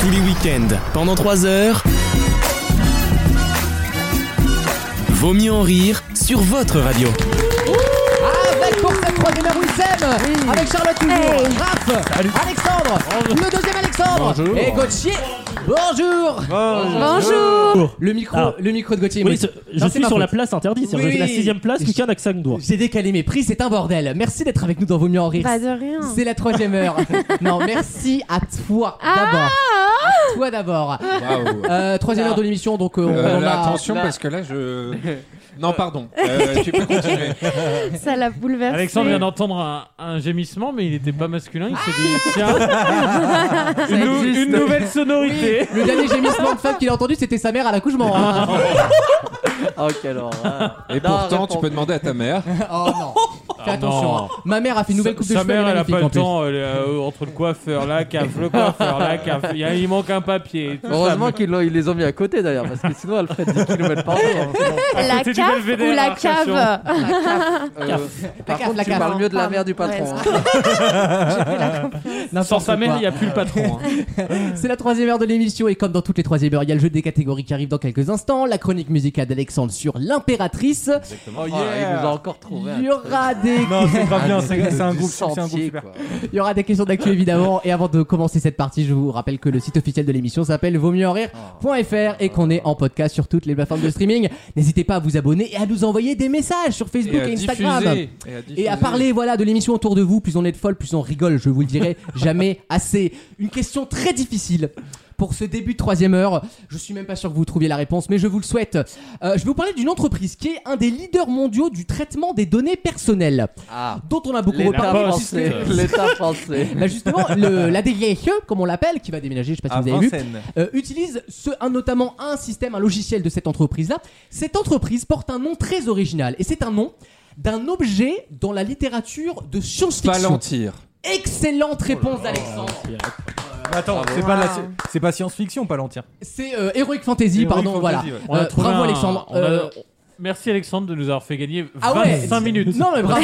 Tous les week-ends, pendant 3 heures. Vaut mieux en rire sur votre radio. Avec pour cette troisième heure Wissem, avec Charlotte toujours, Raph, Alexandre, le deuxième Alexandre Bonjour. et Gauthier. Bonjour. Bonjour Le micro, Ah. le micro de Gauthier. Oui, mais- ce- je Non, c'est suis ma sur la faute. place interdite, c'est Oui. la sixième place, Lucas n'a que 5 doigts. J'ai décalé mes prix, c'est un bordel. Merci d'être avec nous dans Vos mieux en rire. Pas Bah, de rien C'est la troisième heure. non, merci à toi d'abord. À toi d'abord. Waouh. Euh, troisième heure de l'émission, donc euh, on, Euh, on là, a. attention là- parce que là je. Non, pardon. Euh, tu peux continuer. Ça l'a bouleversé Alexandre vient d'entendre un, un gémissement, mais il n'était pas masculin. Il s'est dit tiens, une, nou- une nouvelle sonorité. Le dernier gémissement de femme qu'il a entendu, c'était sa mère à l'accouchement. hein. Oh, quelle horreur. Et Non, pourtant, tu réponds. peux demander à ta mère. euh, Oh non. Fais Ah, attention. non. hein. Ma mère a fait une nouvelle coupe de Sa cheveux. mère, est elle a magnifique, pas en le plus. temps. elle est, euh, entre le coiffeur, la caf, le coiffeur, la caf. Il, y a- il manque un papier. et tout ça. Heureusement qu'ils l'ont- ils les ont mis à côté d'ailleurs, parce que sinon elle ferait 10 km par jour. La C'était du cave belvédère, ou la Arcachon. cave Euh, par cave, contre, la tu cave. parles mieux de la Pardon. mère du patron. Ouais, hein. N'importe Sans sa mère, quoi. il n'y a plus le patron. hein. C'est la troisième heure de l'émission et comme dans toutes les troisième heures, il y a le jeu des catégories qui arrive dans quelques instants, la chronique musicale d'Alexandre sur l'impératrice. Oh, il nous a encore trouvé. Il y aura des, Non, c'est pas Ah, bien, un c'est c'est un Ah, du groupe, c'est un groupe sentier, super. quoi. il y aura des questions d'actu évidemment. Et avant de commencer cette partie, je vous rappelle que le site officiel de l'émission s'appelle vaut mieux en rire.fr et qu'on est en podcast sur toutes les plateformes de streaming. N'hésitez pas à vous abonner et à nous envoyer des messages sur Facebook et, à Instagram. diffuser. Et à diffuser. Et à parler voilà de l'émission autour de vous, plus on est de folle, plus on rigole, je vous le dirai jamais assez. Une question très difficile pour ce début de troisième heure. Je suis même pas sûr que vous trouviez la réponse, mais je vous le souhaite. Euh, je vais vous parler d'une entreprise qui est un des leaders mondiaux du traitement des données personnelles, Ah, dont on a beaucoup l'État reparlé. français. L'État français. Là Bah, justement, le, la DGSE, E, comme on l'appelle, qui va déménager, je sais pas si À vous avez vu, Vincennes. euh, utilise ce, un, notamment un système, un logiciel de cette entreprise-là. Cette entreprise porte un nom très original et c'est un nom d'un objet dans la littérature de science-fiction. Palantir. Excellente Oh réponse d'Alexandre. Attends, c'est Bah, pas, Euh, Ah. la- c'est pas science-fiction, Palantir. C'est euh, Heroic Fantasy, Heroic pardon, Fantasy, voilà. ouais. On a Euh, trouvé bravo un- Alexandre. on a- Euh, Merci Alexandre de nous avoir fait gagner 25 ah ouais. minutes. Non mais bravo.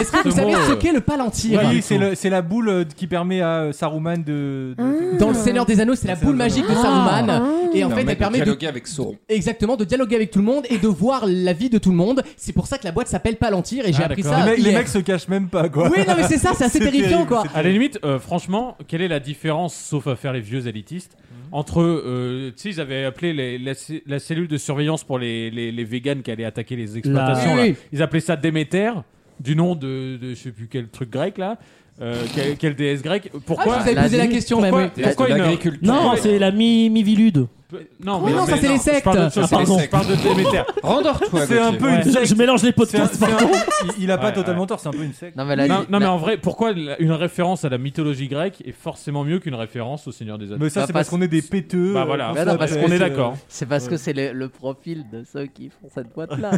Est-ce que vous Ce savez mot, ce euh, qu'est le palantir Oui, c'est le- c'est la boule euh, qui permet à euh, Saruman de. de- Dans le Seigneur des Anneaux, c'est la Ah, c'est boule le- magique de Saruman. et en Non, fait, mais elle de permet de dialoguer avec Sauron. Exactement, de dialoguer avec tout le monde et de voir la vie de tout le monde. C'est pour ça que la boîte s'appelle Palantir et j'ai Ah, appris d'accord. ça. les, mecs- les hier. mecs se cachent même pas, quoi. Oui, non, mais c'est ça, c'est assez C'est terrifiant terrible, quoi. Ah, c'est- À la limite, euh, franchement, quelle est la différence, sauf à faire les vieux élitistes, Mhm. entre, euh, tu sais, ils avaient appelé les- la, c- la cellule de surveillance pour les, les, les véganes qui allaient attaquer les exploitations, La- là. Oui, oui. ils appelaient ça Déméter, du nom de, de je sais plus quel truc grec là, Euh, quelle, quelle déesse grecque, Ah, je pourquoi vous avez La posé la vie- question pourquoi, même. oui. pourquoi De une- l'agriculture. Non, c'est la mi mivilude. Non, Oui, non, ça, c'est les je parle d'autre sectes. chose, Ah, pardon. je parle de Déméter. Rendors-toi. C'est un Gauthier. peu une Ouais. Je, secte. je mélange les C'est un- podcasts. c'est un- il, il a pas Ouais, totalement tort, c'est un peu une secte. Non, mais la Non, vie- non, mais la- en vrai, pourquoi la- une référence à la mythologie grecque est forcément mieux qu'une référence au Seigneur des Anneaux Mais ça, Bah, c'est parce parce- qu'on est des péteux. Bah euh, voilà, Bah, non, parce on que est c'est- d'accord. C'est parce que c'est le, le profil de ceux qui font cette boîte-là.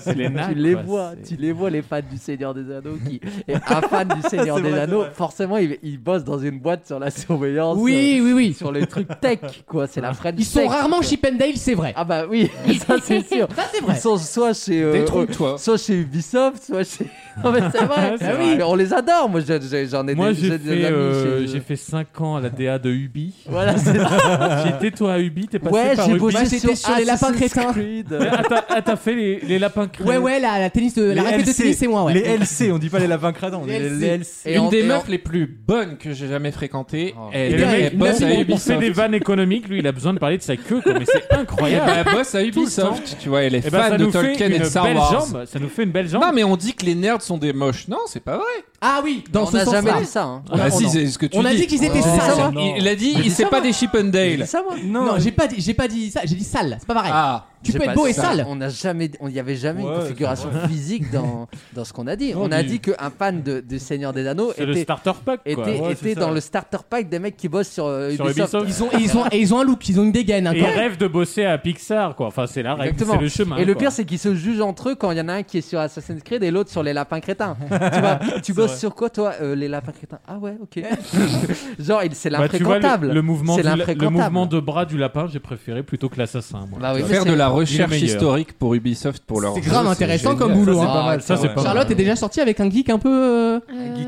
C'est les nains, tu les quoi, vois, c'est- tu les vois, les fans du Seigneur des Anneaux qui. Et un fan du Seigneur C'est des vrai, Anneaux, c'est vrai. forcément, il, il bosse dans une boîte sur la surveillance. Oui, oui, euh, oui. Sur les trucs tech, quoi. C'est la French Ils sont tech, rarement quoi. Chip and Dale, c'est vrai. Ah bah oui, ça c'est sûr. Ça, c'est Ils vrai. sont soit chez. euh, Détrompe-toi. Soit chez Ubisoft, soit chez. Non, mais Ah bah, c'est vrai. C'est vrai. Mais On les adore. Moi, j'ai- j'ai- j'en ai, Moi, des- j'ai des fait, amis euh, chez- j'ai fait 5 ans à la DA de Ubi. Voilà, c'est J'étais toi à Ubi, t'es passé Ouais, par j'ai Ubi. Moi, bossé Ah, j'étais sur les lapins Assassin's crétins. Creed. Mais, Ah, t'as ah, t'as fait les, les lapins creux. Ouais, ouais, la, la tennis de, la les raquette de LC, tennis, c'est moi, ouais. Les LC, on dit pas les lapins cradins, on Les dit les LC. les LC. Et Une en- des et meufs en- les plus bonnes que j'ai jamais fréquentées. Et Elle, le bien, elle mec, il- Eh bosse il- à il- on- on fait Ubisoft. des vannes économiques, lui il a besoin de parler de sa queue, quoi, mais c'est incroyable. Elle bosse à Ubisoft. Tu vois, elle est Et fan ben ça ben, de nous fait Tolkien et une de Star belle Wars. jambe. Ça nous fait une belle jambe. Non, mais on dit que les nerds sont des moches. Non, c'est pas vrai. Ah oui, dans on ce n'a jamais sens-là. dit ça. Hein. Ah, si, c'est ce que tu On a dis. Ah, dit qu'ils étaient Oh, C'est sales. ça, non. Il il a dit, il c'est pas des Chip and J'ai dit Dale. ça, moi Non, j'ai pas dit, j'ai pas dit ça. J'ai dit sale, c'est pas pareil. Ah, tu J'ai peux pas être beau dit et ça. sale. On n'a jamais, on n'y avait jamais Ouais, une configuration physique dans, dans ce qu'on a dit. Non, on a du- dit qu'un fan de, du Seigneur des Anneaux c'est le était, starter pack, quoi. était, Ouais, était c'est ça. dans le starter pack des mecs qui bossent sur, euh, Sur Ubisoft. Ils ont, et ils ont, et ils ont un look, ils ont une dégaine. hein, Et quand il même. rêve de bosser à Pixar, quoi. Enfin, c'est la règle, Exactement. c'est le chemin. Et le quoi. pire, c'est qu'ils se jugent entre eux quand il y en a un qui est sur Assassin's Creed et l'autre sur les lapins crétins. tu vois, tu bosses sur quoi, toi Euh, Les lapins crétins. Ah ouais, ok. Genre, il- c'est Bah, tu vois, l'infréquentable. le, le mouvement C'est du la- le l'infréquentable. mouvement de bras du lapin, j'ai préféré plutôt que l'assassin, moi. Bah oui, mais faire c'est- de la recherche meilleur. historique pour Ubisoft pour leur. C'est jeu, grave intéressant génial. comme boulot. Ça, hein. c'est pas mal, Ça, ça, c'est ouais. pas mal. Charlotte est déjà sortie avec un geek un peu. euh, Euh,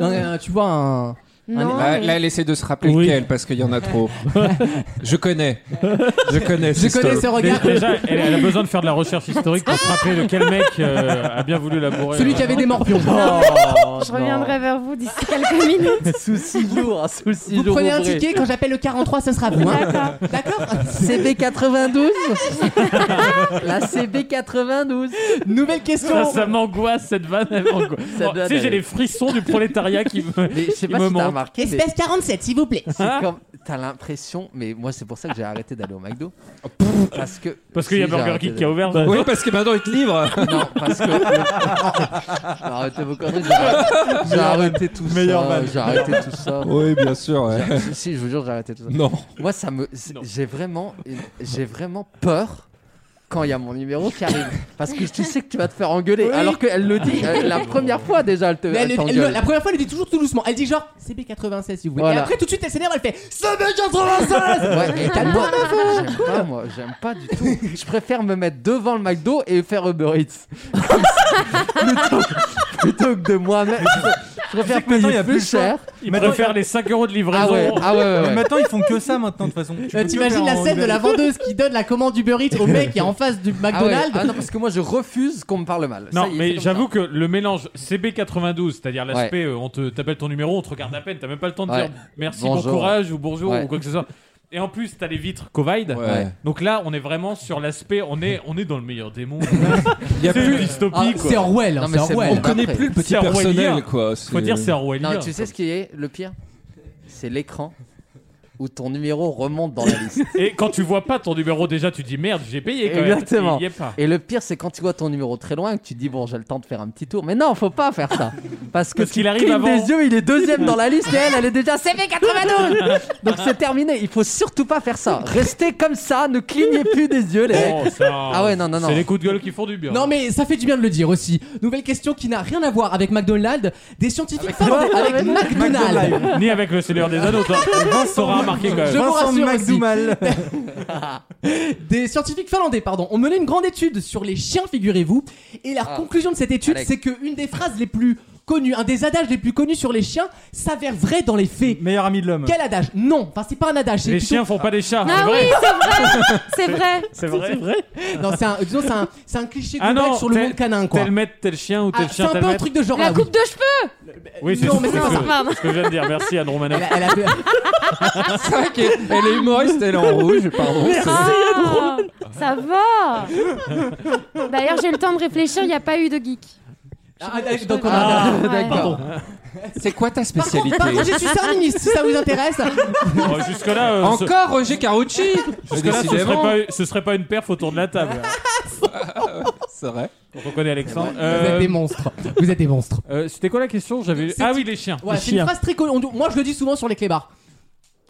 un- un- tu vois un. Non, Là, mais- là, elle essaie de se rappeler Oui. lequel parce qu'il y en a trop. je connais. Je connais. Je connais ce regard. Déjà, elle, elle a besoin de faire de la recherche historique pour se rappeler de quel mec euh, a bien voulu euh, la bourrer. Celui qui avait des morpions. je reviendrai vers vous d'ici quelques minutes. Souci lourd, hein, souci Vous lourd. prenez un ouvrez. ticket, quand j'appelle le 43, ça sera vous. hein. D'accord. D'accord CB92 La CB92 Nouvelle question. Ça, ça m'angoisse cette vanne. elle m'angoisse. Ça Bon, donne, Tu sais, j'ai euh, les frissons du prolétariat qui me. Mais je sais Il pas me si manque. Hein t'as remarqué, mais Espèce 47, s'il vous plaît. c'est comme- T'as l'impression, mais moi c'est pour ça que j'ai arrêté d'aller au McDo. Parce que. Oh, Parce qu'il y a Si, j'ai Burger arrêté King qui a d'aller- ouvert. Oui, parce que maintenant il te livre. Non, parce que. Non, arrêtez vos conneries, j'ai arrêté- j'ai arrêté tout ça. J'ai arrêté tout ça. oui, bien sûr. Si, si, je vous jure, j'ai arrêté tout ça. Non. Moi, ça me, c'est- j'ai vraiment, une- j'ai vraiment peur quand il y a mon numéro qui arrive, parce que tu sais que tu vas te faire engueuler, Oui. alors qu'elle le dit euh, la première fois déjà, elle te, Mais elle- elle elle- t'engueule. la première fois, elle le dit toujours tout doucement. Elle dit genre CB96, s'il vous plaît. Et Voilà. après, tout de suite, elle s'énerve, elle fait CB96 Ouais, et Calme-toi, moi, j'aime pas, moi, j'aime pas du tout. Je préfère me mettre devant le McDo et faire Uber Eats. plutôt, plutôt que de moi-même. Je préfère que maintenant, il y payer a plus plus le choix. cher. Il Maintenant, préfère les 5 euros de livraison. Ah ouais, ah ouais, ouais, Mais ouais. maintenant, ils font que ça maintenant de toute façon. Tu Euh, peux T'imagines plus la faire en scène de la Uber vendeuse qui donne la commande du burrito au mec qui est en face du Ah ouais. McDonald's Ah non, parce que moi je refuse qu'on me parle mal. Ça Non, y est, c'est mais comme j'avoue que le mélange CB92, c'est-à-dire l'aspect, euh, on te t'appelle ton numéro, on te regarde à peine, t'as même pas le temps de Ouais. dire merci, bon Bonjour. courage ou bonjour Ouais. ou quoi que ce soit. Et en plus, t'as les vitres Covide. Ouais. Donc là, on est vraiment sur l'aspect, on est, on est dans le meilleur des mondes. Il y a c'est plus. Ah, dystopie, C'est quoi. Orwell, hein, Non, mais c'est c'est Orwell. On connaît Après, plus le petit c'est orwellien. personnel, quoi. C'est- Faut dire, c'est Non, Orwellien. mais tu sais ce qui est le pire C'est l'écran où ton numéro remonte dans la liste. Et quand tu vois pas ton numéro, déjà, tu dis merde, j'ai payé quand Exactement. même. Il y est pas. Et le pire, c'est quand tu vois ton numéro très loin et que tu te dis bon, j'ai le temps de faire un petit tour. Mais non, faut pas faire ça. Parce que Parce tu qu'il arrive clignes avant. des yeux, il est deuxième dans la liste et elle, elle est déjà CV92. Donc c'est terminé. Il faut surtout pas faire ça. Restez comme ça, ne clignez plus des yeux, les mecs. Oh, ça, Ah ouais, non, non, non. C'est les coups de gueule qui font du bien. Non mais ça fait du bien de le dire aussi. Nouvelle question qui n'a rien à voir avec McDonald's. Des scientifiques favorisent avec McDonald's. Ni avec le Seigneur des Anneaux. T'auras remarqué quand même. Je vous Vincent rassure aussi. McDoumal. Des scientifiques finlandais, pardon, ont mené une grande étude sur les chiens, figurez-vous. Et la Ah. conclusion de cette étude, Alex. c'est que une des phrases les plus connues, un des adages les plus connus sur les chiens, s'avère vrai dans les faits. Meilleur ami de l'homme. Quel adage Non, enfin c'est pas un adage. c'est Mm. Les plutôt- chiens font pas des chats. Ah c'est vrai. oui, c'est vrai. C'est vrai. C'est vrai. Non, c'est un, disons, c'est un, c'est un cliché Ah global non, sur le tel- monde canin quoi. Tel maître, tel chien ou Ah, tel c'est chien, un tel peu un maître. truc de genre La là. oui. coupe de cheveux. Oui, c'est Non, mais ce que- non, ce que- pardon. ce que je viens de dire. Merci Anne Romanoff. Elle a- elle a fait- C'est vrai qu'elle elle est humoriste, elle est en rouge. Pardon. c'est- Ah, ça va. D'ailleurs, j'ai eu le temps de réfléchir. Il n'y a pas eu de geek. Ah, ah, donc on a- Ah, Ouais. D'accord. C'est quoi ta Par contre, spécialité par contre, je suis sarministe, si ça vous intéresse. Oh, Jusque-là, euh, ce- Encore Roger Carucci jusque-là, ce, serait Décidément. pas, ce serait pas une perf autour de la table. hein, C'est vrai. Quand on connaît Alexandre. Vous Euh, êtes des monstres. Vous êtes des monstres. euh, C'était quoi la question J'avais. C'est- Ah oui, les chiens. Ouais, Les c'est une chiens. phrase très connue. On- Moi, je le dis souvent sur les clébards.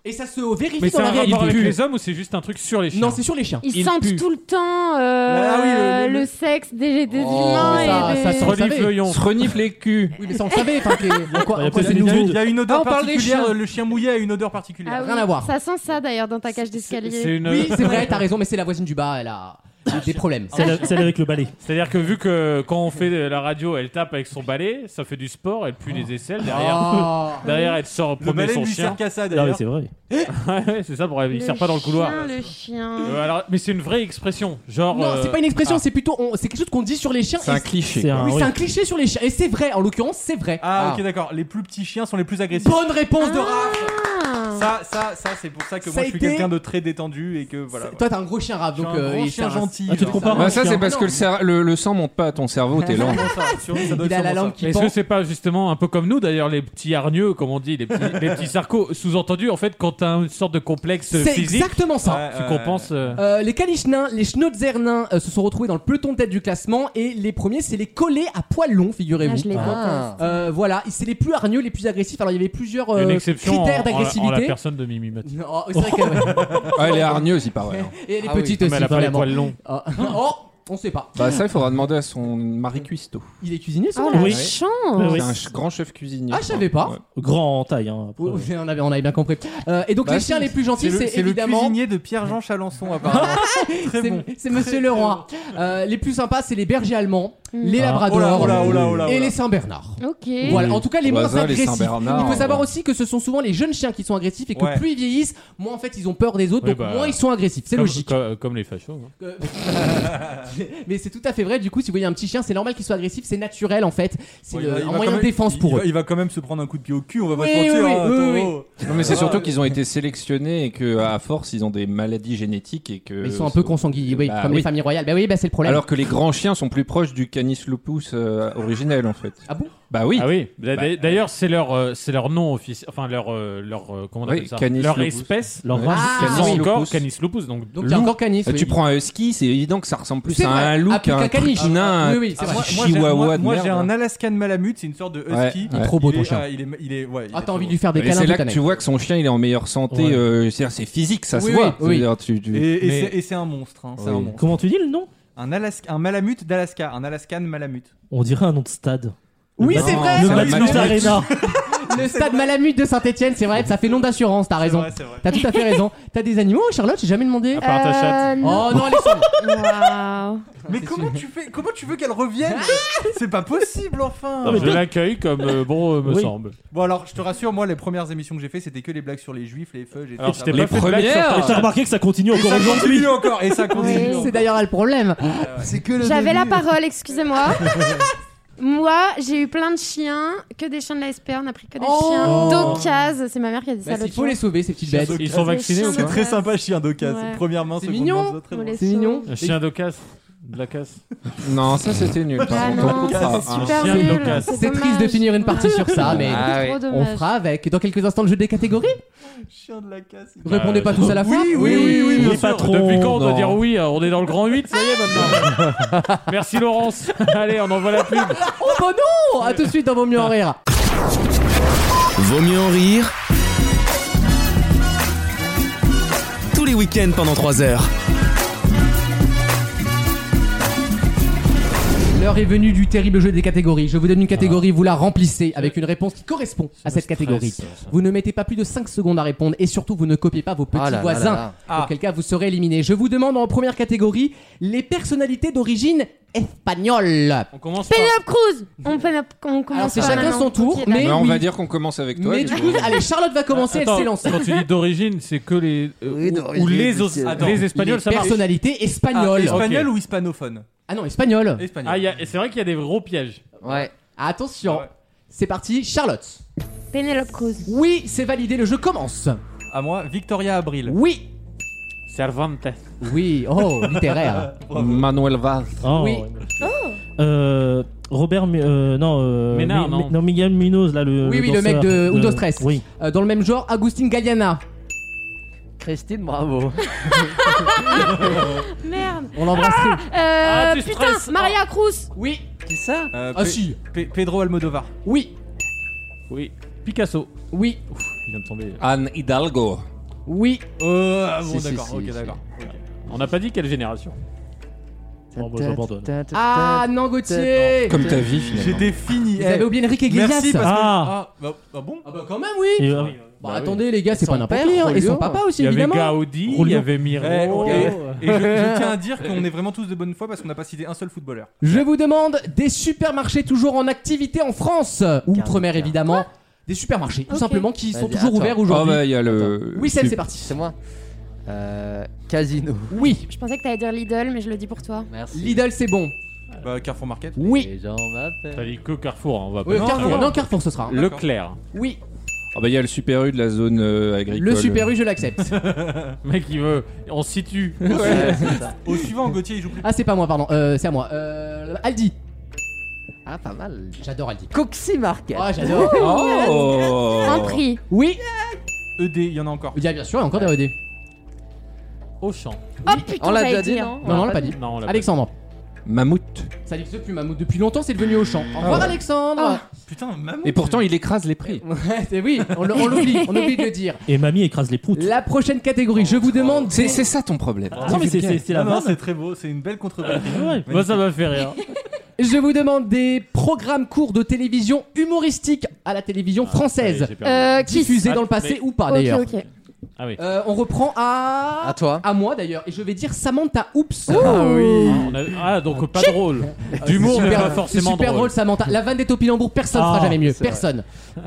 Et ça se vérifie Mais dans la c'est un rapport avec réalité. les hommes ou c'est juste un truc sur les chiens Non, c'est sur les chiens. Ils Il sentent pue. tout le temps euh, Ah oui, le- le- le sexe des, des Oh, humains mais ça- et ça des... se Relis Vous savez. Feuillon. Se renifle les culs. Oui, mais ça, on le savait. enfin, que- Il en quoi- y a en quoi peut-être c'est une nouveau étude. Il y a une odeur Ah, on parle des particulière. chiens. Le chien mouillé a une odeur particulière. Ah oui, Rien à voir. Ça sent ça d'ailleurs dans ta cage C'est d'escalier. une. Oui, c'est vrai, t'as raison, mais c'est la voisine du bas, elle a des problèmes. Celle celle avec le balai. C'est-à-dire que vu que quand on fait euh, la radio, elle tape avec son balai, ça fait du sport, elle pue les aisselles derrière. Oh. Derrière, elle sort Ah. Le promener balai son lui chien. sert qu'à ça Non, mais d'ailleurs. c'est vrai. Ouais, ouais, c'est ça, pour, il Le sert pas dans le couloir. chien, le chien. Euh, alors, mais c'est une vraie expression. Genre. Non, euh, c'est pas une expression, ah. c'est plutôt. on- C'est quelque chose qu'on dit sur les chiens. C'est et un c'est- euh, cliché. C'est un. oui, oui. c'est un cliché sur les chiens. Et c'est vrai, en l'occurrence, c'est vrai. Ah, Ah. ok, d'accord. Les plus petits chiens sont les plus agressifs. Bonne réponse de Raph Ah. Ça, ça, ça, c'est pour ça que Hein. Ça moi a je suis été- quelqu'un de très détendu et que voilà. C'est- Toi, t'es un gros chien, Raph, donc. Donc, euh, un grand il- chien c'est un- gentil. Ah, tu te genre. compares Bah ça Chien. c'est parce que le, cer- le, le sang monte pas à ton cerveau, t'es lent. Ça, ça doit être Il a la sûrement langue ça. qui Est-ce que pend. c'est pas justement un peu comme nous d'ailleurs les petits hargneux comme on dit les petits, les petits sarcos sous-entendu en fait quand t'as une sorte de complexe C'est physique exactement ça. Ouais, tu ouais, compenses euh, Euh, les caniche-nains, les schnotzernins euh, se sont retrouvés dans le peloton de tête du classement et les premiers, c'est les collés à poils longs, Ah, figurez-vous. je l'ai Ah. Euh, voilà, c'est les plus hargneux, les plus agressifs. Alors il y avait plusieurs euh, une exception en, critères en la- en la d'agressivité. personne de Mimi Mati. Non, oh, c'est vrai qu'elle- ouais. Ah, elle est hargneuse, il paraît. hein. Et les Ah oui, petites Mais aussi, elle a pas les vraiment. poils longs. Ah. Oh, on sait pas. Bah ça il faudra demander à son mari cuistot. Il est cuisinier, ça Oh là la Oui. chance Ah oui. C'est un ch- grand chef cuisinier. Ah, je savais pas. Ouais. Grand en taille. Hein, après. Oui, oui, Oh, on, avait, on avait bien compris. Euh, et donc Bah, les si, chiens les plus C'est gentils, le- c'est c'est le évidemment. cuisinier de Ah. Pierre-Jean Chalençon apparemment. très C'est bon. c'est Monsieur Leroy. Euh, les plus sympas, c'est les bergers allemands. Mm. les Labradors Oh là, oh là, oh là, oh là. et les Saint-Bernard. Ok. Voilà, en tout cas les moins Voisin, les agressifs. Saint-Bernard, Il faut savoir ouais. aussi que ce sont souvent les jeunes chiens qui sont agressifs et que Ouais. plus ils vieillissent, moins en fait ils ont peur des autres, Oui, donc bah, moins ils sont agressifs. C'est Comme- logique. Comme, comme les fachos. hein. Euh, Mais c'est tout à fait vrai. Du coup, si vous voyez un petit chien, c'est normal qu'il soit agressif, c'est naturel en fait. C'est Bon, le- il va- il un va moyen quand de même- défense il- pour il eux. va- Il va quand même se prendre un coup de pied au cul, on va pas Oui, se mentir. hein, oui, oui, oui, Toro. Non, mais c'est Ah. surtout qu'ils ont été sélectionnés et que à force ils ont des maladies génétiques et que Mais ils sont un peu consanguis, oui, Bah, comme les oui. familles royales. Bah oui, bah c'est le problème. Alors que les grands chiens sont plus proches du Canis lupus euh, originel en fait. ah bon Bah oui. Ah oui. D'a- d'a- D'ailleurs, c'est leur, euh, c'est leur nom officiel, enfin leur, euh, leur, euh, comment on Oui, appelle ça Canis Leur lupus. espèce. Leur Ouais. race. Ah, Ils oui. ont encore lupus. canis lupus, donc, Donc il y a loup. encore canis. Euh, oui. Tu prends un husky, c'est évident que ça ressemble plus C'est à vrai, un ah, loup plus qu'à qu'un un caniche. chinois, Oui, un oui, c'est Ah, vrai. moi, moi, j'ai- chihuahua moi- de moi, merde. j'ai un Alaskan Malamute, c'est une sorte de Ouais, husky. Il est trop beau, ton Il est- chien. ah, Il est, il est, ouais, il Ah, est t'as envie trop de lui faire des Et câlins c'est toute là que l'année. tu vois que son chien il est en meilleure santé. Ouais. euh, c'est-à-dire, c'est physique, ça Oui, se voit. oui, C'est-à-dire, tu- tu- beau. Et, et Mais- c'est- et c'est un monstre, hein, Oui. c'est un monstre. Comment tu dis le nom Un, Alaska, un Malamute d'Alaska, un Alaskan Malamute. On dirait un nom de stade. Oui, Non, c'est vrai. le ça va Matmut être- Arena. Le stade Malamute de Saint-Etienne, c'est vrai, ça fait nom d'assurance, t'as raison. C'est vrai, c'est vrai. T'as tout à fait raison. T'as des animaux, Charlotte J'ai jamais demandé. À part ta chatte. Euh, non. Oh non, Alexandre Waouh. Mais comment tu, fais, comment tu veux qu'elle revienne C'est pas possible, enfin Non, mais Je toi- l'accueille comme euh, bon euh, me Oui. semble. Bon, alors, je te rassure, moi, les premières émissions que j'ai fait, c'était que les blagues sur les juifs, les feuilles, Alors, je t'ai pas les fait de blague sur Et ta T'as remarqué que ça continue encore Ça aujourd'hui continue encore, et ça continue. Oui. encore. C'est d'ailleurs là le problème. C'est que le J'avais la début. parole, excusez-moi. Moi, j'ai eu plein de chiens, que des chiens de la SPR, on a pris que des Oh. chiens d'occasion. C'est ma mère qui a dit Bah, ça s'il l'autre faut jour. les sauver, ces petites Ils bêtes. sont- Ils sont Les vaccinés hein. chiens ou C'est pas très sympa, chien d'occasion. Ouais. Premièrement, C'est seconde mignon. danse, très On bon. les C'est mignon. sauve. Un chien de casse. De la casse. Non, ça c'était nul. Ah Par contre, non, on comprend pas, c'est hein. super chien de nul. Lucas. C'est triste de finir une partie sur ça, mais Ah oui. Trop on dommage. fera avec. Dans quelques instants, le jeu des catégories. Chien de la casse. Vous répondez pas Euh, tous à la fois. oui, bien les sûr. patrons. Depuis quand on doit Non. dire oui euh, On est dans le grand 8, ça y est maintenant. Merci Laurence. Allez, on envoie la pub. Oh bah non À tout de suite dans Vaut mieux en rire. Vaut mieux en rire. Tous les week-ends pendant 3 heures. L'heure est venue du terrible jeu des catégories. Je vous donne une catégorie, vous la remplissez avec une réponse qui correspond à cette catégorie. Vous ne mettez pas plus de 5 secondes à répondre et surtout vous ne copiez pas vos petits Ah là là voisins. là là. Ah. Auquel cas vous serez éliminé. Je vous demande en première catégorie les personnalités d'origine espagnole. On commence par. Penelope Cruz On, Penelope- on commence Alors c'est par chacun Manon. son tour, Ok, mais, Bah, on oui. va dire qu'on commence avec toi. mais du du coup. coup, allez, Charlotte va commencer, elle Attends, s'est lancée. Quand tu dis d'origine, c'est que les. euh, Oui, ou d'origine, ou les, os- c'est- Attends, les Espagnols, ça marche. Personnalité Ah, espagnole. Ah, espagnol Ok. ou hispanophone non, espagnole. Espagnol. Ah, il y a- c'est vrai qu'il y a des gros pièges. Ouais. Attention, Ah ouais. c'est parti, Charlotte. Penelope Cruz. Oui, c'est validé, le jeu commence. À moi, Victoria Abril. Oui. Cervantes. Oui, oh, littéraire. Manuel Valls. Oh, Oui. Oh. ouais. Euh, Robert, Mi- euh, non, euh, Ménard, non. Miguel Munoz, là, le. Oui, oui, le danseur mec de Undo Stress. Oui. Euh, dans le même genre, Agustin Galliana. Christine, bravo. Merde. On l'embrasse. très- Euh, Ah, tu putain, stresses. Maria Cruz. Oui, Qui ça Euh, ah Pe- si. Pe- Pedro Almodovar. Oui, Oui. Picasso. oui, Il vient de tomber. Ah, Anne Hidalgo. oui. Euh, ah bon, Si, si, d'accord, si, ok, si. d'accord. On n'a pas dit quelle génération. Bon, bah, j'abandonne. Ah, non, Gauthier. Comme ta vie finalement. J'étais fini. Vous eh. avez oublié Enrique Iglesias. Merci parce que. Ah. Ah, bah, bah bon. Ah bah quand même, oui. Et, euh, Bah, Bah oui. attendez les gars, c'est son pas n'importe père, qui. hein. Et son Rolio. papa aussi, Il y avait évidemment. Gaudi, il y Roulion. avait Eh, Miro. ok. Et je, je tiens à dire qu'on est vraiment tous de bonne foi parce qu'on n'a pas cité un seul footballeur. Je vous demande des supermarchés toujours en activité en France. Outre-mer Car- évidemment. Des supermarchés, tout Ok. simplement, qui sont Vas-y, toujours attends. ouverts Oh aujourd'hui. bah il y a le. Oui, Seb, tu- c'est parti. C'est moi. Euh, casino. Oui, Je pensais que t'allais dire Lidl, mais je le dis pour toi. Merci. Lidl, c'est bon. Bah, Carrefour Market. Oui. Les gens T'as m'appellent. dit que Carrefour, hein, on va pas. Oui, Non, Carrefour. non, Non, non. Carrefour, ce sera. Leclerc. Oui, Ah bah il y a le super U de la zone euh, agricole. le Super U, je l'accepte. Mec, il veut. On se situe. Ouais, c'est ça. Au suivant, Gauthier, il joue plus. Ah, c'est pas moi, pardon. Euh, c'est à moi. Euh, Aldi. Ah, pas mal. J'adore Aldi. Coxy Market. Ah, j'adore. Oh. Un prix. Oui, ED, E il y en a encore. il y a bien sûr il y a encore des OD. Auchan. Oh putain, On l'a j'allais déjà dit, dire. non Non, non, on l'a pas dit. Non, on l'a pas Alexandre. Mammouth. Ça n'existe plus, Mamou. Depuis longtemps, c'est devenu au champ. Au revoir, ouais. Alexandre. Putain, maman. Et pourtant il écrase les prix. Ouais, c'est- oui, on le- on l'oublie. On oublie de le dire. Et mamie écrase les proutes. La prochaine catégorie, je vous demande. C'est c'est ça ton problème. Non, mais c'est- c'est c'est la Non, non, base. c'est Ah, très beau, c'est une belle contre Ouais. Moi, ça m'a fait rire. Je vous demande des programmes courts de télévision humoristique à la télévision française. Allez, j'ai perdu. Euh, Kiss. Diffusés dans le Ah, passé mais- ou pas Ok, d'ailleurs. ok. Ah oui. Euh, on reprend à. À toi. À moi d'ailleurs. Et je vais dire Samantha Oops. On a- Ah, donc pas drôle. D'humour, Ah, C'est mais super- pas forcément C'est super drôle, drôle. Samantha. La vanne des Topinambours, personne ne Ah, fera jamais mieux. c'est vrai. Personne.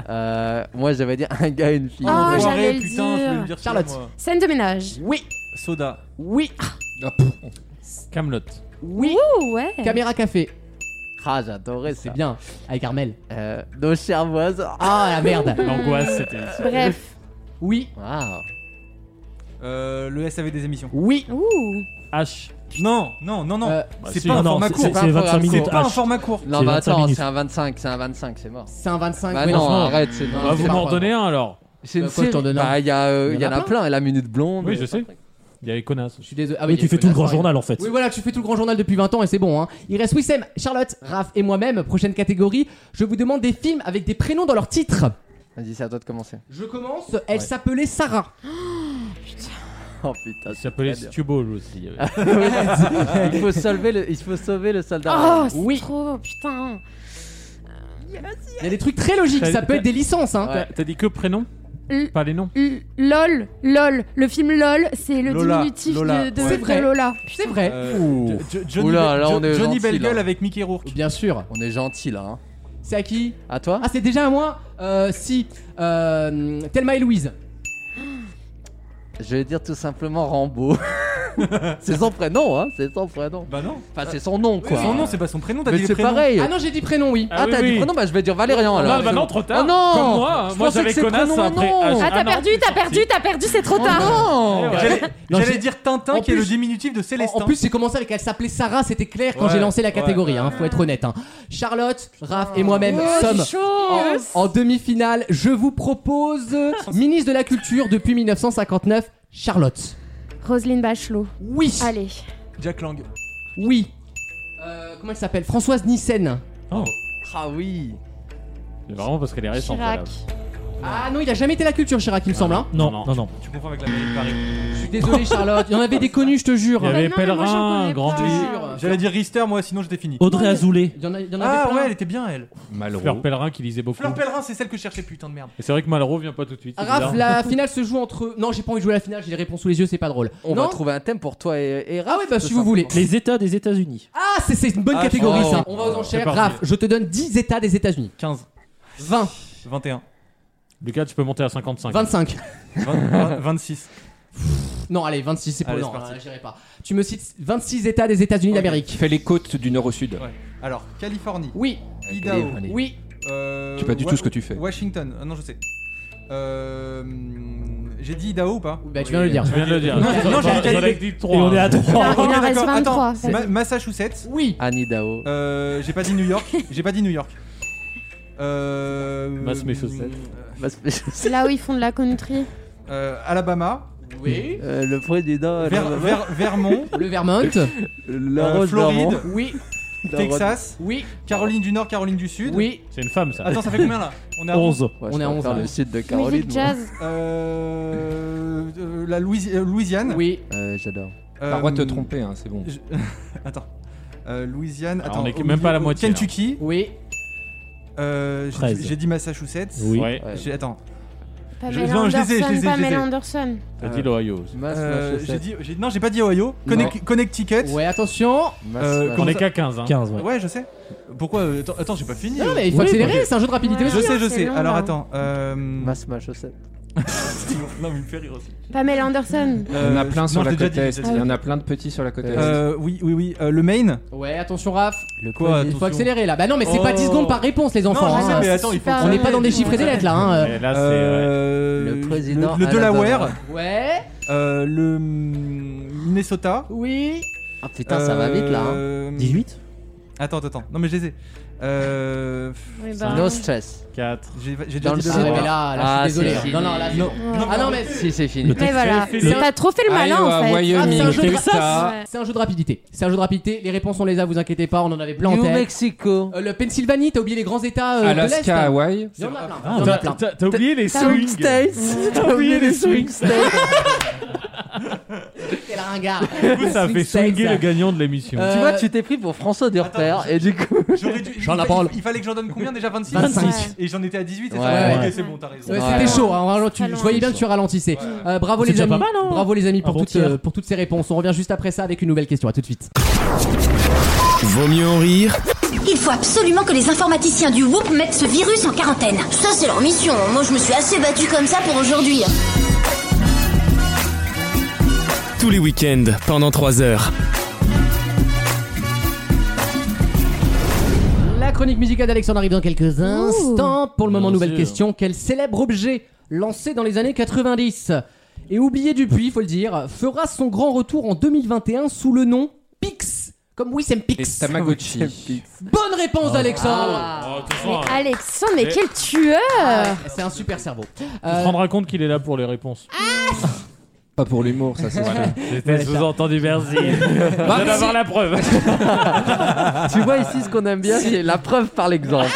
Euh, moi, j'avais dit un gars et une fille. Ah, Enfoiré, j'allais le putain, je voulais dire. le dire sur Charlotte. moi. Scène de ménage. Oui, Soda. oui, Camelot. oui. Oh ouais. Caméra café. Ah, j'adorais ça. C'est bien. Avec Armel. Euh, nos chères voisins. Ah la merde. L'angoisse, c'était. Bref. Oui, Waouh. Euh, le SAV des émissions. oui. Ouh. H. Ah, Non, non, non, non. Euh, c'est si. pas un Non, format c'est- court. c'est- c'est 25 C'est minutes. C'est pas un H. format court. Non, C'est bah 25 attends, minutes. c'est un 25, c'est un 25, c'est mort. C'est un 25. Bah oui, non, non, arrête, c'est Ah, vous pas m'en grave. donnez un alors C'est une Bah, quoi, je t'en série. donne un Bah, il y, a, euh, Il y il y en en a a plein. plein, et la minute blonde. Oui, et- je sais. Il y a les connasses. Je suis désolé. Ah Oui, oui, tu fais tout le grand journal en fait. Oui, voilà, tu fais tout le grand journal depuis 20 ans et c'est bon. Hein. Il reste Wissem, Charlotte, Raph et moi-même. Prochaine catégorie, je vous demande des films avec des prénoms dans leur titre. Vas-y, c'est à toi de commencer. Je commence. Elle s'appelait Sarah. Oh putain, Il s'appelait c'est Stubble aussi. il faut sauver le, il faut sauver le soldat. Oh, c'est Oui. trop. Putain. Il y a des trucs très logiques. Ça peut être des licences. Hein. Ouais. T'as dit que prénom L- Pas les noms L- LOL, LOL, le film LOL, c'est le Lola, diminutif Lola, de, de- ouais. C'est de vrai. Lola. C'est vrai. Euh, Ouh. Jo- Jo- Johnny, Oula, là, Jo- on est Johnny gentil, Belgueule là. avec Mickey Rourke. Bien sûr. On est gentil là. Hein. C'est à qui À toi Ah, c'est déjà à moi Euh, Si. Euh, Thelma et Louise. Je vais dire tout simplement Rambo. c'est son prénom, hein C'est son prénom. Bah non. Enfin, c'est son nom quoi. Son nom, c'est pas son prénom. T'as dit Mais le c'est prénom. pareil. Ah non, j'ai dit prénom, oui. Ah, oui, t'as oui. dit prénom Bah, je vais dire Valérian alors. Ah bah non, trop tard. Oh non Comme moi, Je moi pensais j'avais que c'est connasse prénom, après. non. H. Ah, t'as non. perdu, t'as perdu, t'as perdu, c'est trop tard. Non Ouais. J'allais- Non, J'allais j'ai- dire Tintin, en qui est le plus- diminutif de Célestin. En, en plus, c'est commencé avec elle s'appelait Sarah, c'était clair quand Ouais, j'ai lancé la ouais, catégorie, ouais. hein, faut être honnête. hein. Charlotte, Raph et moi-même Oh, sommes c'est chaud. en demi-finale. Je vous propose euh, ministre de la Culture depuis 1959, Charlotte. Roselyne Bachelot, Oui, allez. Jack Lang. oui. Euh, comment elle s'appelle Françoise Nissen. Ah oui C'est Vraiment parce qu'elle est récente. Chirac. Oh, Ah non, il a jamais été la culture, Chirac, il me semble. Hein. Non, Non, non, non. Tu confonds avec la mairie de Paris. Je suis désolé, Charlotte. Il y en avait des connus, je te jure. Il y avait bah non, mais moi, j'en Pèlerin, connais Grand pas. Prix. Jure. J'allais dire Rister, moi, sinon j'étais fini. Audrey Azoulay. Il y en, a- il y Ah, en avait Ah plein. ouais, elle était bien, elle. Fleur Malraux. Pèlerin qui lisait beaucoup. Fleur Pellerin, c'est celle que je cherchais, putain de merde. Et c'est vrai que Malraux vient pas tout de suite. c'est Raph, bizarre. la finale se joue entre. Non, j'ai pas envie de jouer à la finale, j'ai les réponses sous les yeux, c'est pas drôle. On non va trouver un thème pour toi et, et Raph, Ah ouais, bah, tout si vous voulez. simplement. Les États des États-Unis. Ah, c'est- c'est une bonne Ah, catégorie je- ça. On oh. va aux enchères. C'est parti. Raph, je te donne 10 états des États-Unis. 15, 20, 21, Lucas, tu peux monter à 55. 25. 20, 26. Non, allez, 26, c'est pas Allez, non, c'est parti. hein, j'irai pas. Tu me cites 26 états des États-Unis d'Amérique. Fais les côtes du nord au sud. Ouais. Alors, Californie, Oui, Idaho. Californie. oui. euh, Tu sais pas du Wa- tout ce que tu fais. Washington, Ah non, je sais. Euh, hmm, j'ai dit Idaho ou pas Bah, tu viens de le dire. Tu viens de le dire. Non, non, j'ai dit J'en ai Californie. dit Et trois, on est hein. à 3. Il en Ok, reste d'accord, 23. attends. Ma- Massachusetts, Oui. Annie Dao. euh, j'ai pas dit New York, j'ai pas dit New York. Euh, Massachusetts. Bah, c'est- C'est là où ils font de la connerie. euh, Alabama, Oui. Euh, le président. Ver- la- Ver- Vermont, Le Vermont. la euh, rose Floride, d'Armand. Oui, La rose- Texas, oui, Caroline du Nord, Caroline du Sud. oui. C'est une femme, ça. Attends, ça fait combien là On est à 11. Ouais, On est je à préfère 11, là. le site de Caroline. Musique moi. jazz. Euh, euh, la Louisi- euh, Louisiane. Oui, Euh, J'adore. Euh, T'as le droit de te tromper, hein, c'est bon. je- Attends. Euh, Louisiane. Alors, Attends, Ah, on est au même pas à la milieu- moitié, hein. Kentucky. oui. Euh, j'ai- 13. J'ai dit Massachusetts. Oui. Ouais. Ouais. J'ai- Attends. Pamela non, je les ai, je les ai, je les Anderson, ai. Pamela Anderson. T'as dit l'Ohio. aussi. Mass, Euh, Massachusetts. j'ai dit, j'ai- non, j'ai pas dit Ohio. Connect- Connecticut. Ouais, attention. Mass, euh, Mass- On Comment est ça- qu'à 15. hein. 15, ouais. Ouais, je sais. Pourquoi euh, Attends, attends, j'ai pas fini. Non, mais il faut Oui, accélérer, c'est un jeu de rapidité Ouais. Je aussi. sais, je c'est sais. long, Alors là. attends. Euh... Mass Massachusetts. non, mais il me fait rire aussi. Pamela Anderson. Il y en a plein euh, non, sur je la l'ai déjà côte dit, est. je l'ai Il y en a plein de petits sur la côte est. Euh, oui, oui, oui. Euh, le Maine. Ouais, attention, Raph. Le Quoi, Covid. Il faut Attention. accélérer là. Bah non, mais c'est pas Oh. 10 secondes par réponse, les enfants. non, je sais, hein. mais attends, il faut. super. On n'est pas dans des chiffres et des lettres là. hein. Et là, c'est. ouais. Euh, Le président Ah, Le, le Alabama. Delaware. Ouais, Euh, le mm, Minnesota. oui. Ah putain, ça va vite là. hein. Euh, 18 Attends, attends, attends. Non, mais je les ai. Euh, pff, Oui, bah, No stress. 4. j'ai j'ai Dans déjà dit le le Ah ouais, Delaware. mais là, Delaware. là, je suis Ah, désolé. c'est hein. Non, non, là, c'est bon. ouais. Ah non, mais c'est Si, c'est fini. Mais voilà, fait le- t'as trop fait le malin en fait. Ah, c'est Wyoming, un jeu de- Texas. Ouais. c'est un jeu de rapidité. C'est un jeu de rapidité. Les réponses, on les a, vous inquiétez pas, on en avait plein en New tête. Mexico. Euh, le Pennsylvanie, t'as oublié les grands états euh, de l'Est. Alaska, Hawaii. Il y en a plein. Ah, il y en a plein. T'as t'as oublié les T'as swings. oublié States. T'as oublié les swing states. ringard. Du coup, ça a Swing fait swinguer sex. le gagnant de l'émission. Euh, Tu vois, tu t'es pris pour François Durper attends, et du coup. J'aurais dû. J'en il, ai fa- parle. il fallait que j'en donne combien déjà 26 25. Et j'en étais à 18 et Ouais, ça ouais. Ok, c'est bon, t'as raison. Ouais, Ouais. C'était chaud, hein, vraiment, tu, Très loin. je voyais bien que tu ralentissais. Euh, bravo, C'est les déjà amis, pas mal, hein. bravo les amis pour, Un bon toutes, tir. euh, pour toutes ces réponses. On revient juste après ça avec une nouvelle question. À tout de suite. Vaut mieux en rire Il faut absolument que les informaticiens du Whoop mettent ce virus en quarantaine. Ça, c'est leur mission. Moi, je me suis assez battue comme ça pour aujourd'hui. tous les week-ends pendant 3 heures. La chronique musicale d'Alexandre arrive dans quelques instants. Pour le moment, Bien nouvelle sûr. question. Quel célèbre objet lancé dans les années 90 et oublié depuis, il faut le dire, fera son grand retour en 2021 sous le nom Pix Comme oui, c'est Les Pix. Tamagotchi. Bonne Ah. réponse d'Alexandre. Oh, de toute Mais façon, hein, Alexandre, mais Mais- quel tueur C'est un super cerveau. Tu Euh, te rendras compte qu'il est là pour les réponses. Pas pour l'humour, ça c'est sûr. C'était sous-entendu, merci. Bah, Je merci. vais avoir la preuve. tu vois ici ce qu'on aime bien, c'est la preuve par l'exemple.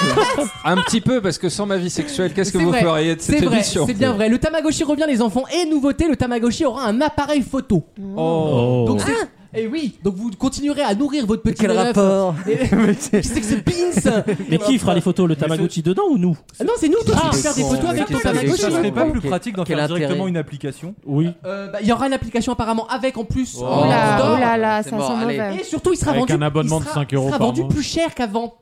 Un petit peu, parce que sans ma vie sexuelle, qu'est-ce que C'est vous vrai, feriez de cette C'est vrai, émission c'est bien vrai. Le Tamagotchi revient les enfants et nouveauté, le Tamagotchi aura un appareil photo. Oh. Oh. Donc c'est- Eh oui, donc vous continuerez à nourrir votre petit Quel neuf. rapport Et- Qu'est-ce que c'est que ce pins Mais qui fera les photos Le Tamagotchi dedans ou nous Ah Non, c'est nous, toi, tu Ah, peux faire des c'est photos con, avec mais ton qu'est-ce que Ça Tamagotchi. c'est que serait pas Ouais. plus pratique d'en Quel faire intérêt. directement une application Oui. Euh, bah, Il y aura une application apparemment avec en plus. Oh. en Oh là, store. oh là là, C'est ça mort, sent allez. mauvais. Et surtout, il sera Avec vendu, un abonnement il de sera- 5 euros il sera par vendu mois. plus cher qu'avant.